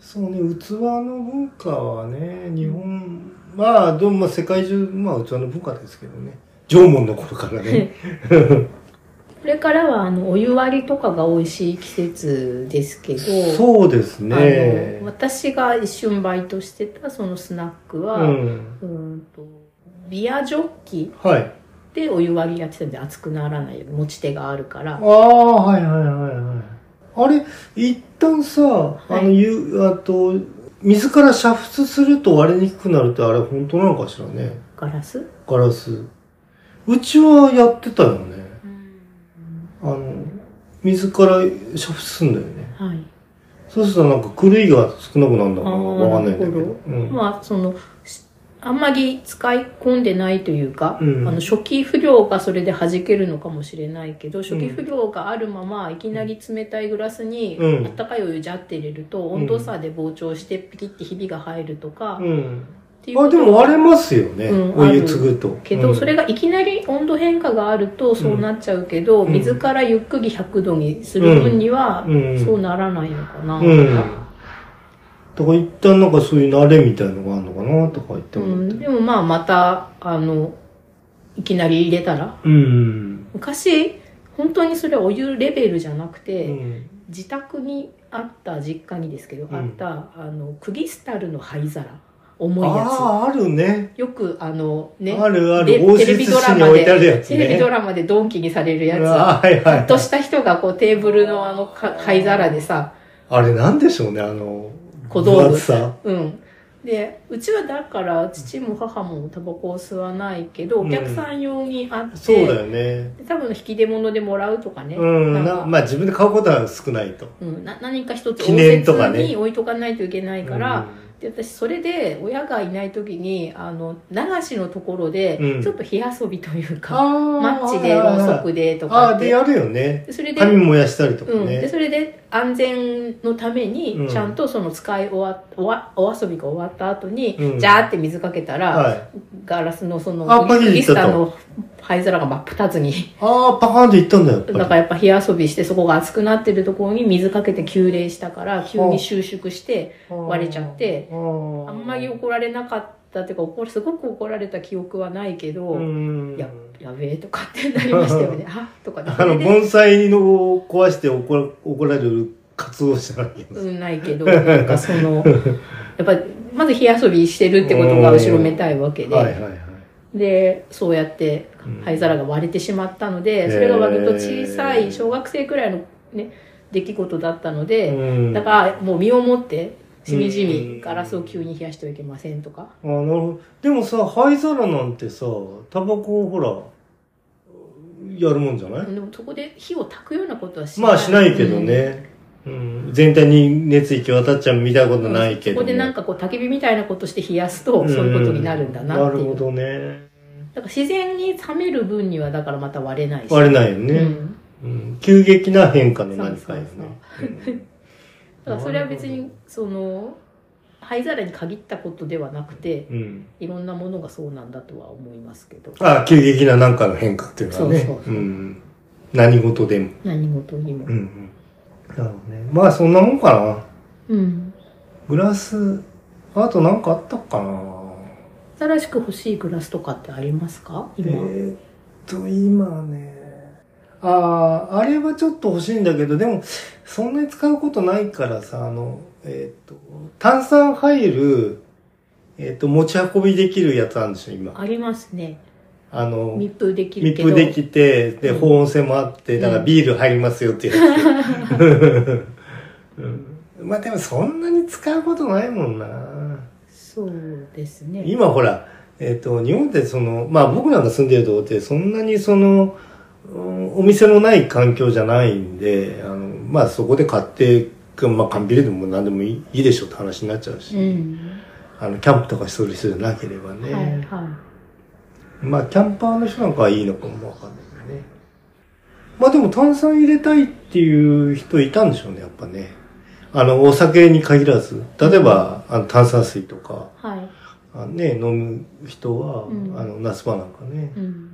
Speaker 1: そうね器の文化はね日本まあどうも世界中、まあ、器の文化ですけどね縄文の頃からね
Speaker 2: これからはあのお湯割りとかが美味しい季節ですけど
Speaker 1: そうですね
Speaker 2: あの私が一瞬バイトしてたそのスナックは、
Speaker 1: う
Speaker 2: うん、
Speaker 1: ん
Speaker 2: とビアジョッキ
Speaker 1: はい
Speaker 2: でお湯割りやってたんで熱くならないように持ち手があるか
Speaker 1: あ
Speaker 2: ら
Speaker 1: あはいはいはいはいあれ一旦さ、あのゆあと水から煮沸すると割れにくくなるってあれ本当なのかしらね
Speaker 2: ガラス、
Speaker 1: ガラスうちはやってたよねあの水から煮沸するんだよね
Speaker 2: はい
Speaker 1: そうするとなんか狂いが少なくなるんだか
Speaker 2: あ
Speaker 1: ら
Speaker 2: ー
Speaker 1: わかんないんだけど。
Speaker 2: なるほ
Speaker 1: うん
Speaker 2: まあそのしあんまり使い込んでないというか、
Speaker 1: うん
Speaker 2: あの初期不良がそれで弾けるのかもしれないけど初期不良があるままいきなり冷たいグラスに
Speaker 1: うん
Speaker 2: あったかいお湯ジャって入れると温度差で膨張してピキってひびが入るとか、っ
Speaker 1: うん。
Speaker 2: ていう
Speaker 1: まあ
Speaker 2: こ
Speaker 1: で
Speaker 2: と
Speaker 1: も割れますよね。
Speaker 2: うん
Speaker 1: お湯継ぐと。
Speaker 2: けど、
Speaker 1: うん
Speaker 2: それがいきなり温度変化があるとそうなっちゃうけど、
Speaker 1: うん
Speaker 2: 水からゆっくり100度にする分には
Speaker 1: うん
Speaker 2: そうならないのかな、
Speaker 1: うん。だから一旦なんかそういう慣れみたいのがあるのかなとか言って
Speaker 2: う
Speaker 1: 思っ
Speaker 2: ん
Speaker 1: て。
Speaker 2: でもまあまたあのいきなり入れたら
Speaker 1: うん。
Speaker 2: 昔本当にそれはお湯レベルじゃなくて、
Speaker 1: うん
Speaker 2: 自宅にあった実家にですけど、
Speaker 1: うん
Speaker 2: あったあのクギスタルの灰皿重いや
Speaker 1: ああ、あるね。
Speaker 2: つよくあのね
Speaker 1: あるあ
Speaker 2: で
Speaker 1: る。応
Speaker 2: テレ
Speaker 1: 接
Speaker 2: ビ
Speaker 1: 室
Speaker 2: ドラ
Speaker 1: に
Speaker 2: マ
Speaker 1: 置いてあ
Speaker 2: で
Speaker 1: るやつ
Speaker 2: テレビド
Speaker 1: ね。
Speaker 2: ラマでドンキにされるやつ
Speaker 1: あーはい
Speaker 2: ちょっ
Speaker 1: はい
Speaker 2: と。した人がこうテーブルのあのか灰皿でさ
Speaker 1: あれなんでしょうね、あの、
Speaker 2: 小道具
Speaker 1: 分厚さ。
Speaker 2: うんでうちはだから父も母もタバコを吸わないけどお客さん用にあっ
Speaker 1: そう
Speaker 2: て、
Speaker 1: だよね。
Speaker 2: 多分引き出物でもらうとかね、
Speaker 1: うん。
Speaker 2: なん
Speaker 1: な
Speaker 2: か
Speaker 1: まあ自分で買うことは少ないと。
Speaker 2: うん、な何か一つ
Speaker 1: 記念とかね
Speaker 2: 応接に置いとかないといけないから、で私それで親がいない時にあの流しのところで
Speaker 1: うん
Speaker 2: ちょっと火遊びというか、マ
Speaker 1: マ
Speaker 2: ッチでろうそくでと
Speaker 1: あ
Speaker 2: か
Speaker 1: あ、
Speaker 2: っ
Speaker 1: で
Speaker 2: て
Speaker 1: やるよね。
Speaker 2: でそれで,、
Speaker 1: 紙燃やしたりとか
Speaker 2: うん、で
Speaker 1: ね。
Speaker 2: それで安全のため
Speaker 1: うん
Speaker 2: にちゃんとその使い終わおわお遊びが終わった後に、
Speaker 1: うん
Speaker 2: ジャーって水かけたら、
Speaker 1: はい。
Speaker 2: ガラスのその
Speaker 1: あパキッ
Speaker 2: リ
Speaker 1: ていっ
Speaker 2: ス
Speaker 1: たと
Speaker 2: タの灰皿が真っ二つに。
Speaker 1: ああ、パカーンっていったんだよ、やっぱり。
Speaker 2: だからやっぱ火遊びしてそこが熱くなってるところに水かけて急冷したから急に収縮して割れちゃって
Speaker 1: あ
Speaker 2: あ
Speaker 1: ー
Speaker 2: んまり怒られなかったっていうか怒らすごく怒られた記憶はないけど、
Speaker 1: うん
Speaker 2: ややべえとかってなりましたよ ねあとかね
Speaker 1: あの、
Speaker 2: それで
Speaker 1: 盆栽のを壊して怒ら怒られる活動じゃないよね
Speaker 2: うんないけどなんか そのやっぱまず火遊びしてるってことが後ろめたいわけで、
Speaker 1: はいはいはい。
Speaker 2: でそうやって
Speaker 1: うん
Speaker 2: 灰皿が割れてしまったので、
Speaker 1: へー
Speaker 2: それが割と小さい小学生くらいの、ね、出来事だったので。
Speaker 1: うん
Speaker 2: だ
Speaker 1: あ
Speaker 2: からもう身をもってしみじ
Speaker 1: うん
Speaker 2: みガラスを急に冷やしてはいけませんとか、
Speaker 1: ーなるほど。でもさ、灰皿なんてさ、タバコをほら、やるもんじゃない
Speaker 2: でもそこで火を焚くようなことはしない
Speaker 1: まあしないけど、ね。うん全体に熱意行き渡っちゃうみたいなこと
Speaker 2: うん
Speaker 1: ないけ
Speaker 2: そ
Speaker 1: ども。
Speaker 2: こでなんかこう焚き火みたいなことして冷やすとそういうことになるんだなってい
Speaker 1: んなるほ
Speaker 2: う、だ
Speaker 1: どね
Speaker 2: から自然に冷める分にはだからまた割れないし
Speaker 1: 割れないよ
Speaker 2: う
Speaker 1: ね、
Speaker 2: ん
Speaker 1: うん急激な変化の何かよね
Speaker 2: だからそれは別にその灰皿に限ったことではなくて
Speaker 1: うんうん
Speaker 2: いろんなものがそうなんだとは思いますけど
Speaker 1: あ急激な何かの変化っていうのはね、
Speaker 2: そうそうそうん
Speaker 1: 何事でも、
Speaker 2: 何事にも
Speaker 1: うんうん、なるほどねまあそんなもんかな
Speaker 2: うん
Speaker 1: グラスあと何かあったかな
Speaker 2: 新しく欲しいグラスとかってありますか
Speaker 1: え
Speaker 2: 今、
Speaker 1: ー、っと今ねあああれはちょっと欲しいんだけどでもそんなに使うことないからさあのえーっと炭酸入るえーっと持ち運びできるやつあるんでしょ今
Speaker 2: ありますね
Speaker 1: あの
Speaker 2: 密封できる
Speaker 1: 密
Speaker 2: けど
Speaker 1: 封できてで
Speaker 2: うん
Speaker 1: 保温性もあってだからビール入りますよって いうやつ、うんまあでもそんなに使うことないもんな
Speaker 2: そうですね
Speaker 1: 今ほら、えっと日本ってそのまあ僕なんか住んでるとこってそんなにそのうんお店のない環境じゃないんで、あの、まあそこで買って、まあ缶ビールでも何でもいいいいでしょって話になっちゃうし、
Speaker 2: うん
Speaker 1: あの、キャンプとかする人じゃなければね、
Speaker 2: はいはい
Speaker 1: まあキャンパーの人なんかはいいのかもわかんないけどね。まあでも炭酸入れたいっていう人いたんでしょうね、やっぱね。あの、お酒に限らず、例えば、あの炭酸水とか、
Speaker 2: はい
Speaker 1: あのね、飲む人は、
Speaker 2: うん
Speaker 1: あの、夏場なんかね、
Speaker 2: うん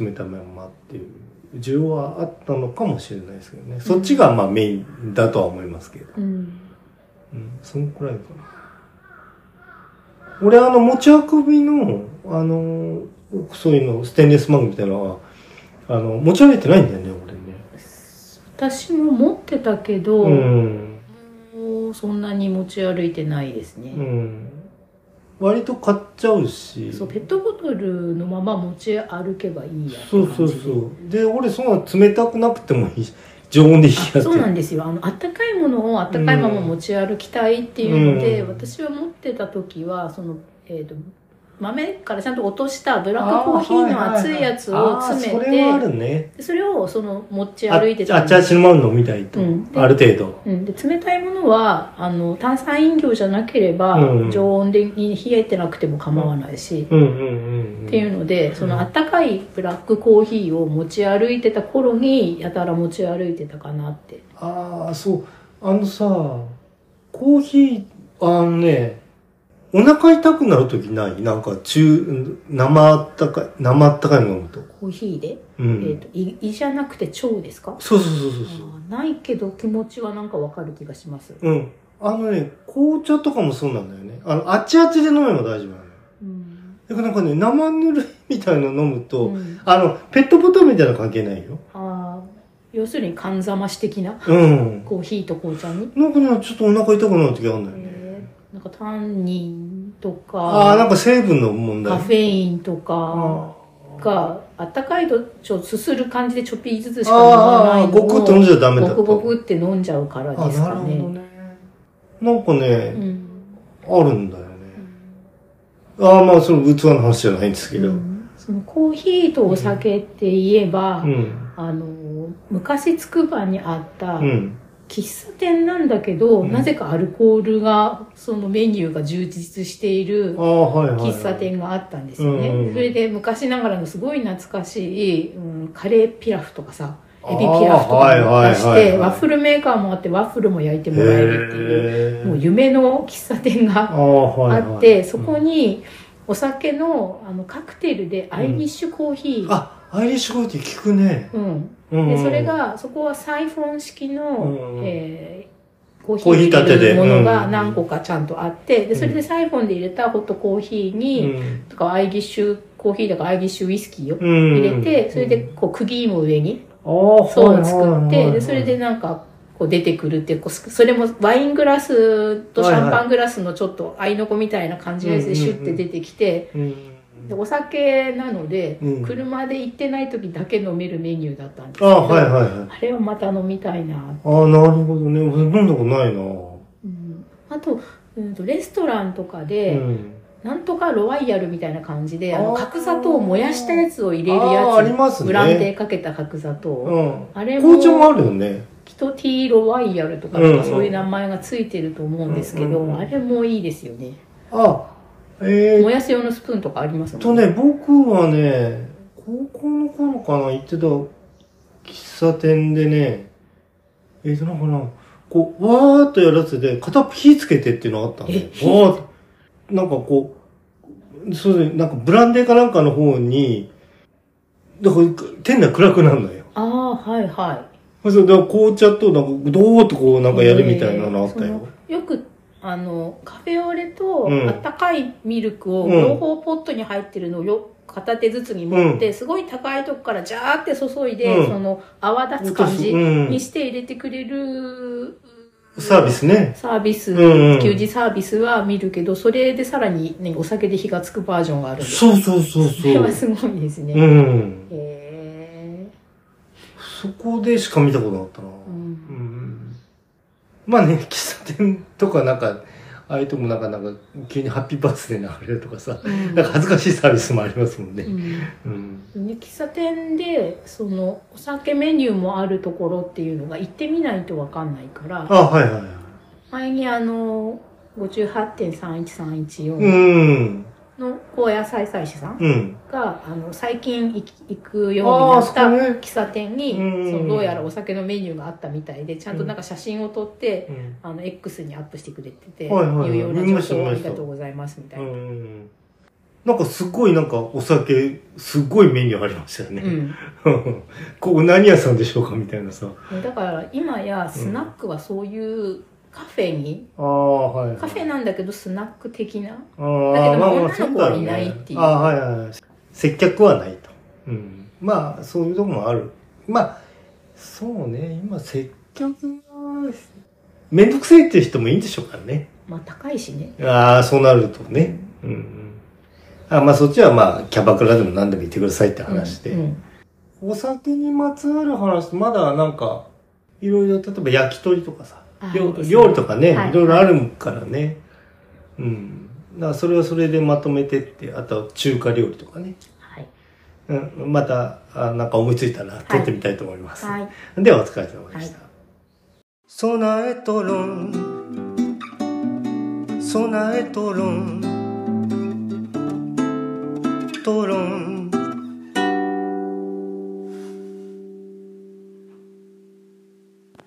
Speaker 1: 冷たいまんまっていう需要はあったのかもしれないですけどね。そっちがまあメインだとは思いますけど。
Speaker 2: うん
Speaker 1: うん、そのくらいかな。俺あの持ち運びの、あの、そういうの、ステンレスマグみたいなのは、あの、持ち歩いてないんだよね、俺ね。
Speaker 2: 私も持ってたけど、
Speaker 1: うん。
Speaker 2: もうそんなに持ち歩いてないです
Speaker 1: う
Speaker 2: ね、
Speaker 1: ん。割と買っちゃうし。
Speaker 2: そうペットボトルのまま持ち歩けばいいやって
Speaker 1: そう
Speaker 2: 感じ
Speaker 1: そうそう。で、俺そんな冷たくなくてもいいし、常温でいいやって。
Speaker 2: あそうなんですよあの温かいものを温かいまま持ち歩きたいっていうので、
Speaker 1: うん
Speaker 2: 私は持ってた時はその、えー、と豆からちゃんと落としたブラックコーヒーの熱いやつを詰め
Speaker 1: あーはいはいはいあーそれはあ
Speaker 2: て
Speaker 1: るね。
Speaker 2: でそれをその持ち歩いて
Speaker 1: あ
Speaker 2: た
Speaker 1: あ
Speaker 2: ん
Speaker 1: ちゃ
Speaker 2: で
Speaker 1: ー
Speaker 2: す
Speaker 1: ちのまんのみたいと、
Speaker 2: うん
Speaker 1: ある程度。
Speaker 2: うん、で冷たいものはあの炭酸飲料じゃなければ、
Speaker 1: うん
Speaker 2: 常温でに冷えてなくても構わないし、
Speaker 1: うんうんうんうん。
Speaker 2: っていうのでそのあったかいブラックコーヒーを持ち歩いてた頃にやたら持ち歩いてたかなって
Speaker 1: ああ、そう。あのさ、コーヒー、あのね、お腹痛くなるときないなんか中、生あったかい、生あったかいの飲むと。
Speaker 2: コーヒーで、
Speaker 1: う
Speaker 2: え
Speaker 1: ん。
Speaker 2: ー、と胃胃じゃなくて腸ですか
Speaker 1: そうそうそうそうそう。
Speaker 2: あーないけど気持ちはなんかわかる気がします、
Speaker 1: うん。あのね、紅茶とかもそうなんだよね。あの、あっちあっちで飲めば大丈夫なのよ。
Speaker 2: うん
Speaker 1: だからなんかね、生ぬるいみたいの飲むと、
Speaker 2: うん
Speaker 1: あの、ペットボトルみたいなの関係ないよ。
Speaker 2: あー要するに寒ざまし的な
Speaker 1: うん。
Speaker 2: コーヒーと紅茶に、
Speaker 1: なんかね、ちょっとお腹痛くなるときあるんだよね。
Speaker 2: えーなんかタンニンと
Speaker 1: ああ、なん
Speaker 2: か
Speaker 1: か成分の問題。
Speaker 2: カフェインとか
Speaker 1: あ
Speaker 2: があったかいとちょすする感じでちょっぴりずつしか飲ま
Speaker 1: あ
Speaker 2: な
Speaker 1: あ
Speaker 2: い
Speaker 1: あ、
Speaker 2: の
Speaker 1: ごくっと飲んじゃダメだ
Speaker 2: ボ
Speaker 1: と
Speaker 2: クボクって飲んじゃうから
Speaker 1: あ、
Speaker 2: です
Speaker 1: なる
Speaker 2: か
Speaker 1: ほど
Speaker 2: ね。
Speaker 1: ね。なんか
Speaker 2: う
Speaker 1: ね、
Speaker 2: ん
Speaker 1: あるんだよね。ああ、まあ、その器の話じゃないんですけど。
Speaker 2: う
Speaker 1: うん。
Speaker 2: んそのコーヒーとお酒って言えば、
Speaker 1: うん。
Speaker 2: あの昔つくばにあった
Speaker 1: うん。
Speaker 2: 喫茶店なんだけど、
Speaker 1: うん
Speaker 2: なぜかアルコールがそのメニューが充実している
Speaker 1: ああ、はいはいはい。
Speaker 2: 喫茶店があったんですよね、
Speaker 1: うん
Speaker 2: それで昔ながらのすごい懐かしい、うん、カレーピラフとかさエ
Speaker 1: あー、
Speaker 2: ビピラフとかも出
Speaker 1: は
Speaker 2: して、
Speaker 1: いはいはいはい
Speaker 2: ワッフルメーカーもあってワッフルも焼いてもらえるっていう、
Speaker 1: へえ
Speaker 2: もう夢の喫茶店が
Speaker 1: ああ、はいはい。
Speaker 2: あって、そこ
Speaker 1: に。
Speaker 2: にお酒のあのカクテルでアイリッシュコーヒー、
Speaker 1: あ、アイリッシュコーヒー効くね。
Speaker 2: うん
Speaker 1: うん。
Speaker 2: でそれ、がそこはサイフォン式の、
Speaker 1: うん
Speaker 2: えーコーヒ
Speaker 1: コーヒー
Speaker 2: ー
Speaker 1: 立て
Speaker 2: 入れ
Speaker 1: で
Speaker 2: るものが
Speaker 1: うん
Speaker 2: 何個かちゃんとあってでそれ
Speaker 1: う
Speaker 2: で
Speaker 1: ん
Speaker 2: サイフォンで入れたホットコーヒー
Speaker 1: う
Speaker 2: に、
Speaker 1: ん。
Speaker 2: とかアイリッシュコーヒーだからアイリッシュウイスキーを
Speaker 1: 入
Speaker 2: 入れて、それで、こう釘も上に
Speaker 1: ああ、
Speaker 2: 層を
Speaker 1: はいはい
Speaker 2: 作
Speaker 1: は
Speaker 2: っ
Speaker 1: いは
Speaker 2: て
Speaker 1: い
Speaker 2: でそれで、なんかこう出てくるっていうこうすそれもワイングラスとシャンパングラスのちょっと合いの子みたいな感じのやつでシュッて出てきて、
Speaker 1: うん。
Speaker 2: でお酒なので、
Speaker 1: うん
Speaker 2: 車で行ってない時だけ飲めるメニューだったんですけ
Speaker 1: あ
Speaker 2: ど
Speaker 1: あ、はいはいはい。
Speaker 2: あれはまた飲みたいな、
Speaker 1: ああ、なるほどね。俺飲んだことないな。
Speaker 2: うんあと,、うん、とレストランとかで、
Speaker 1: うん。
Speaker 2: なんとかロワイヤルみたいな感じであの
Speaker 1: あー
Speaker 2: 角砂糖を燃やしたやつを入れる
Speaker 1: ああ、あり
Speaker 2: や
Speaker 1: ます
Speaker 2: つ
Speaker 1: ね。
Speaker 2: ブランデーかけた角砂糖、
Speaker 1: うん。
Speaker 2: あれも
Speaker 1: 紅茶もあるよね。
Speaker 2: きっとティーロワイヤルとかと
Speaker 1: うん
Speaker 2: かそういう名前がついてると思うんですけど、
Speaker 1: うんうんうん
Speaker 2: あれもいいですよね
Speaker 1: あ、えー、
Speaker 2: 燃やす用のスプーンとかあります
Speaker 1: えっと
Speaker 2: もん
Speaker 1: ね、僕はね、高校の頃かな、行ってた喫茶店でね、えっ、と、なんかな、こう、わーっとやるやつで、片っぽ火つけてっていうのがあったんで、わ
Speaker 2: え火
Speaker 1: ーっと、なんかこう、そうね、なんかブランデーかなんかの方に、だから店内暗くなるのよ。
Speaker 2: ああはいはい
Speaker 1: それで紅茶となんか、どーっとこうなんかやるみたいなのあった
Speaker 2: え
Speaker 1: よ
Speaker 2: ー。そのよくあのカフェオレと
Speaker 1: うん
Speaker 2: あったかいミルクを
Speaker 1: うん
Speaker 2: 両方ポットに入ってるのをよ片手ずつに持って、
Speaker 1: う
Speaker 2: すごい高いとこからジャーって注いで、
Speaker 1: うん
Speaker 2: その泡立つ感じ
Speaker 1: うん
Speaker 2: にして入れてくれる
Speaker 1: サービスね。
Speaker 2: サービス、
Speaker 1: うんうん
Speaker 2: 給仕サービスは見るけどそれでさらに、ね、お酒で火がつくバージョンがあるんです
Speaker 1: そうそうそう
Speaker 2: それ
Speaker 1: そ
Speaker 2: は
Speaker 1: う。
Speaker 2: すごいですね、
Speaker 1: うん。
Speaker 2: へ
Speaker 1: そこでしか見たことなかったな。
Speaker 2: ーうん
Speaker 1: まあね、喫茶店とかなんか、ああいうとこもなかなか急にハッピーバースデー流れるとかさ、
Speaker 2: うん
Speaker 1: なんか恥ずかしいサービスもありますもんね。
Speaker 2: う
Speaker 1: うん。
Speaker 2: んで喫茶店でそのお酒メニューもあるところっていうのが行ってみないとわかんないから
Speaker 1: あ、はいはいはい。
Speaker 2: 前にあの
Speaker 1: う
Speaker 2: 58.31314
Speaker 1: ん。
Speaker 2: の高野菜菜師さん
Speaker 1: うん。
Speaker 2: があの最近行き行くようになった
Speaker 1: あーそこね
Speaker 2: 喫茶店に
Speaker 1: うん
Speaker 2: そのどうやらお酒のメニューがあったみたいでちゃんとなんか写真を撮って
Speaker 1: うん。
Speaker 2: あの X にアップしてくれてて
Speaker 1: はいはいはい
Speaker 2: 有用な
Speaker 1: 見
Speaker 2: 情
Speaker 1: ました
Speaker 2: 報
Speaker 1: 見
Speaker 2: をあ
Speaker 1: ま
Speaker 2: り
Speaker 1: した
Speaker 2: がとうございますみたいな。
Speaker 1: うん。なんかすごいなんかお酒、すごいメニューありましたよ
Speaker 2: う
Speaker 1: ね。
Speaker 2: ん
Speaker 1: ここ何屋さんでしょうかみたいなさ。
Speaker 2: だから今やスナックはそういうカフェに、
Speaker 1: ああ、はい。
Speaker 2: カフェなんだけどスナック的な
Speaker 1: あー
Speaker 2: だけど
Speaker 1: まあ
Speaker 2: 女
Speaker 1: ま
Speaker 2: の
Speaker 1: あ
Speaker 2: 子
Speaker 1: そうだろ
Speaker 2: いないっていう
Speaker 1: ね、ああはいはいはい接客はないと、うん、まあそういうとこもあるまあそうね今接客が面倒くせえっていう人もいいんでしょうからね
Speaker 2: まあ高いしね
Speaker 1: ああそうなるとねうんうんあまあそっちはまあキャバクラでも何でも言ってくださいって話で、
Speaker 2: うんうん
Speaker 1: お酒にまつわる話まだなんかいろいろ例えば焼き鳥とかさ
Speaker 2: あい
Speaker 1: 料
Speaker 2: いですね
Speaker 1: 料理とかね、
Speaker 2: はい
Speaker 1: いろいろあるからね。うん。だからそれはそれでまとめてって、あと中華料理とかね。
Speaker 2: はい、
Speaker 1: うん、また、あなんか思いついたら撮ってみたいと思います。
Speaker 2: はい
Speaker 1: ではお疲れ様でした。
Speaker 2: は
Speaker 1: 備えとろん。備えとろん。とろん。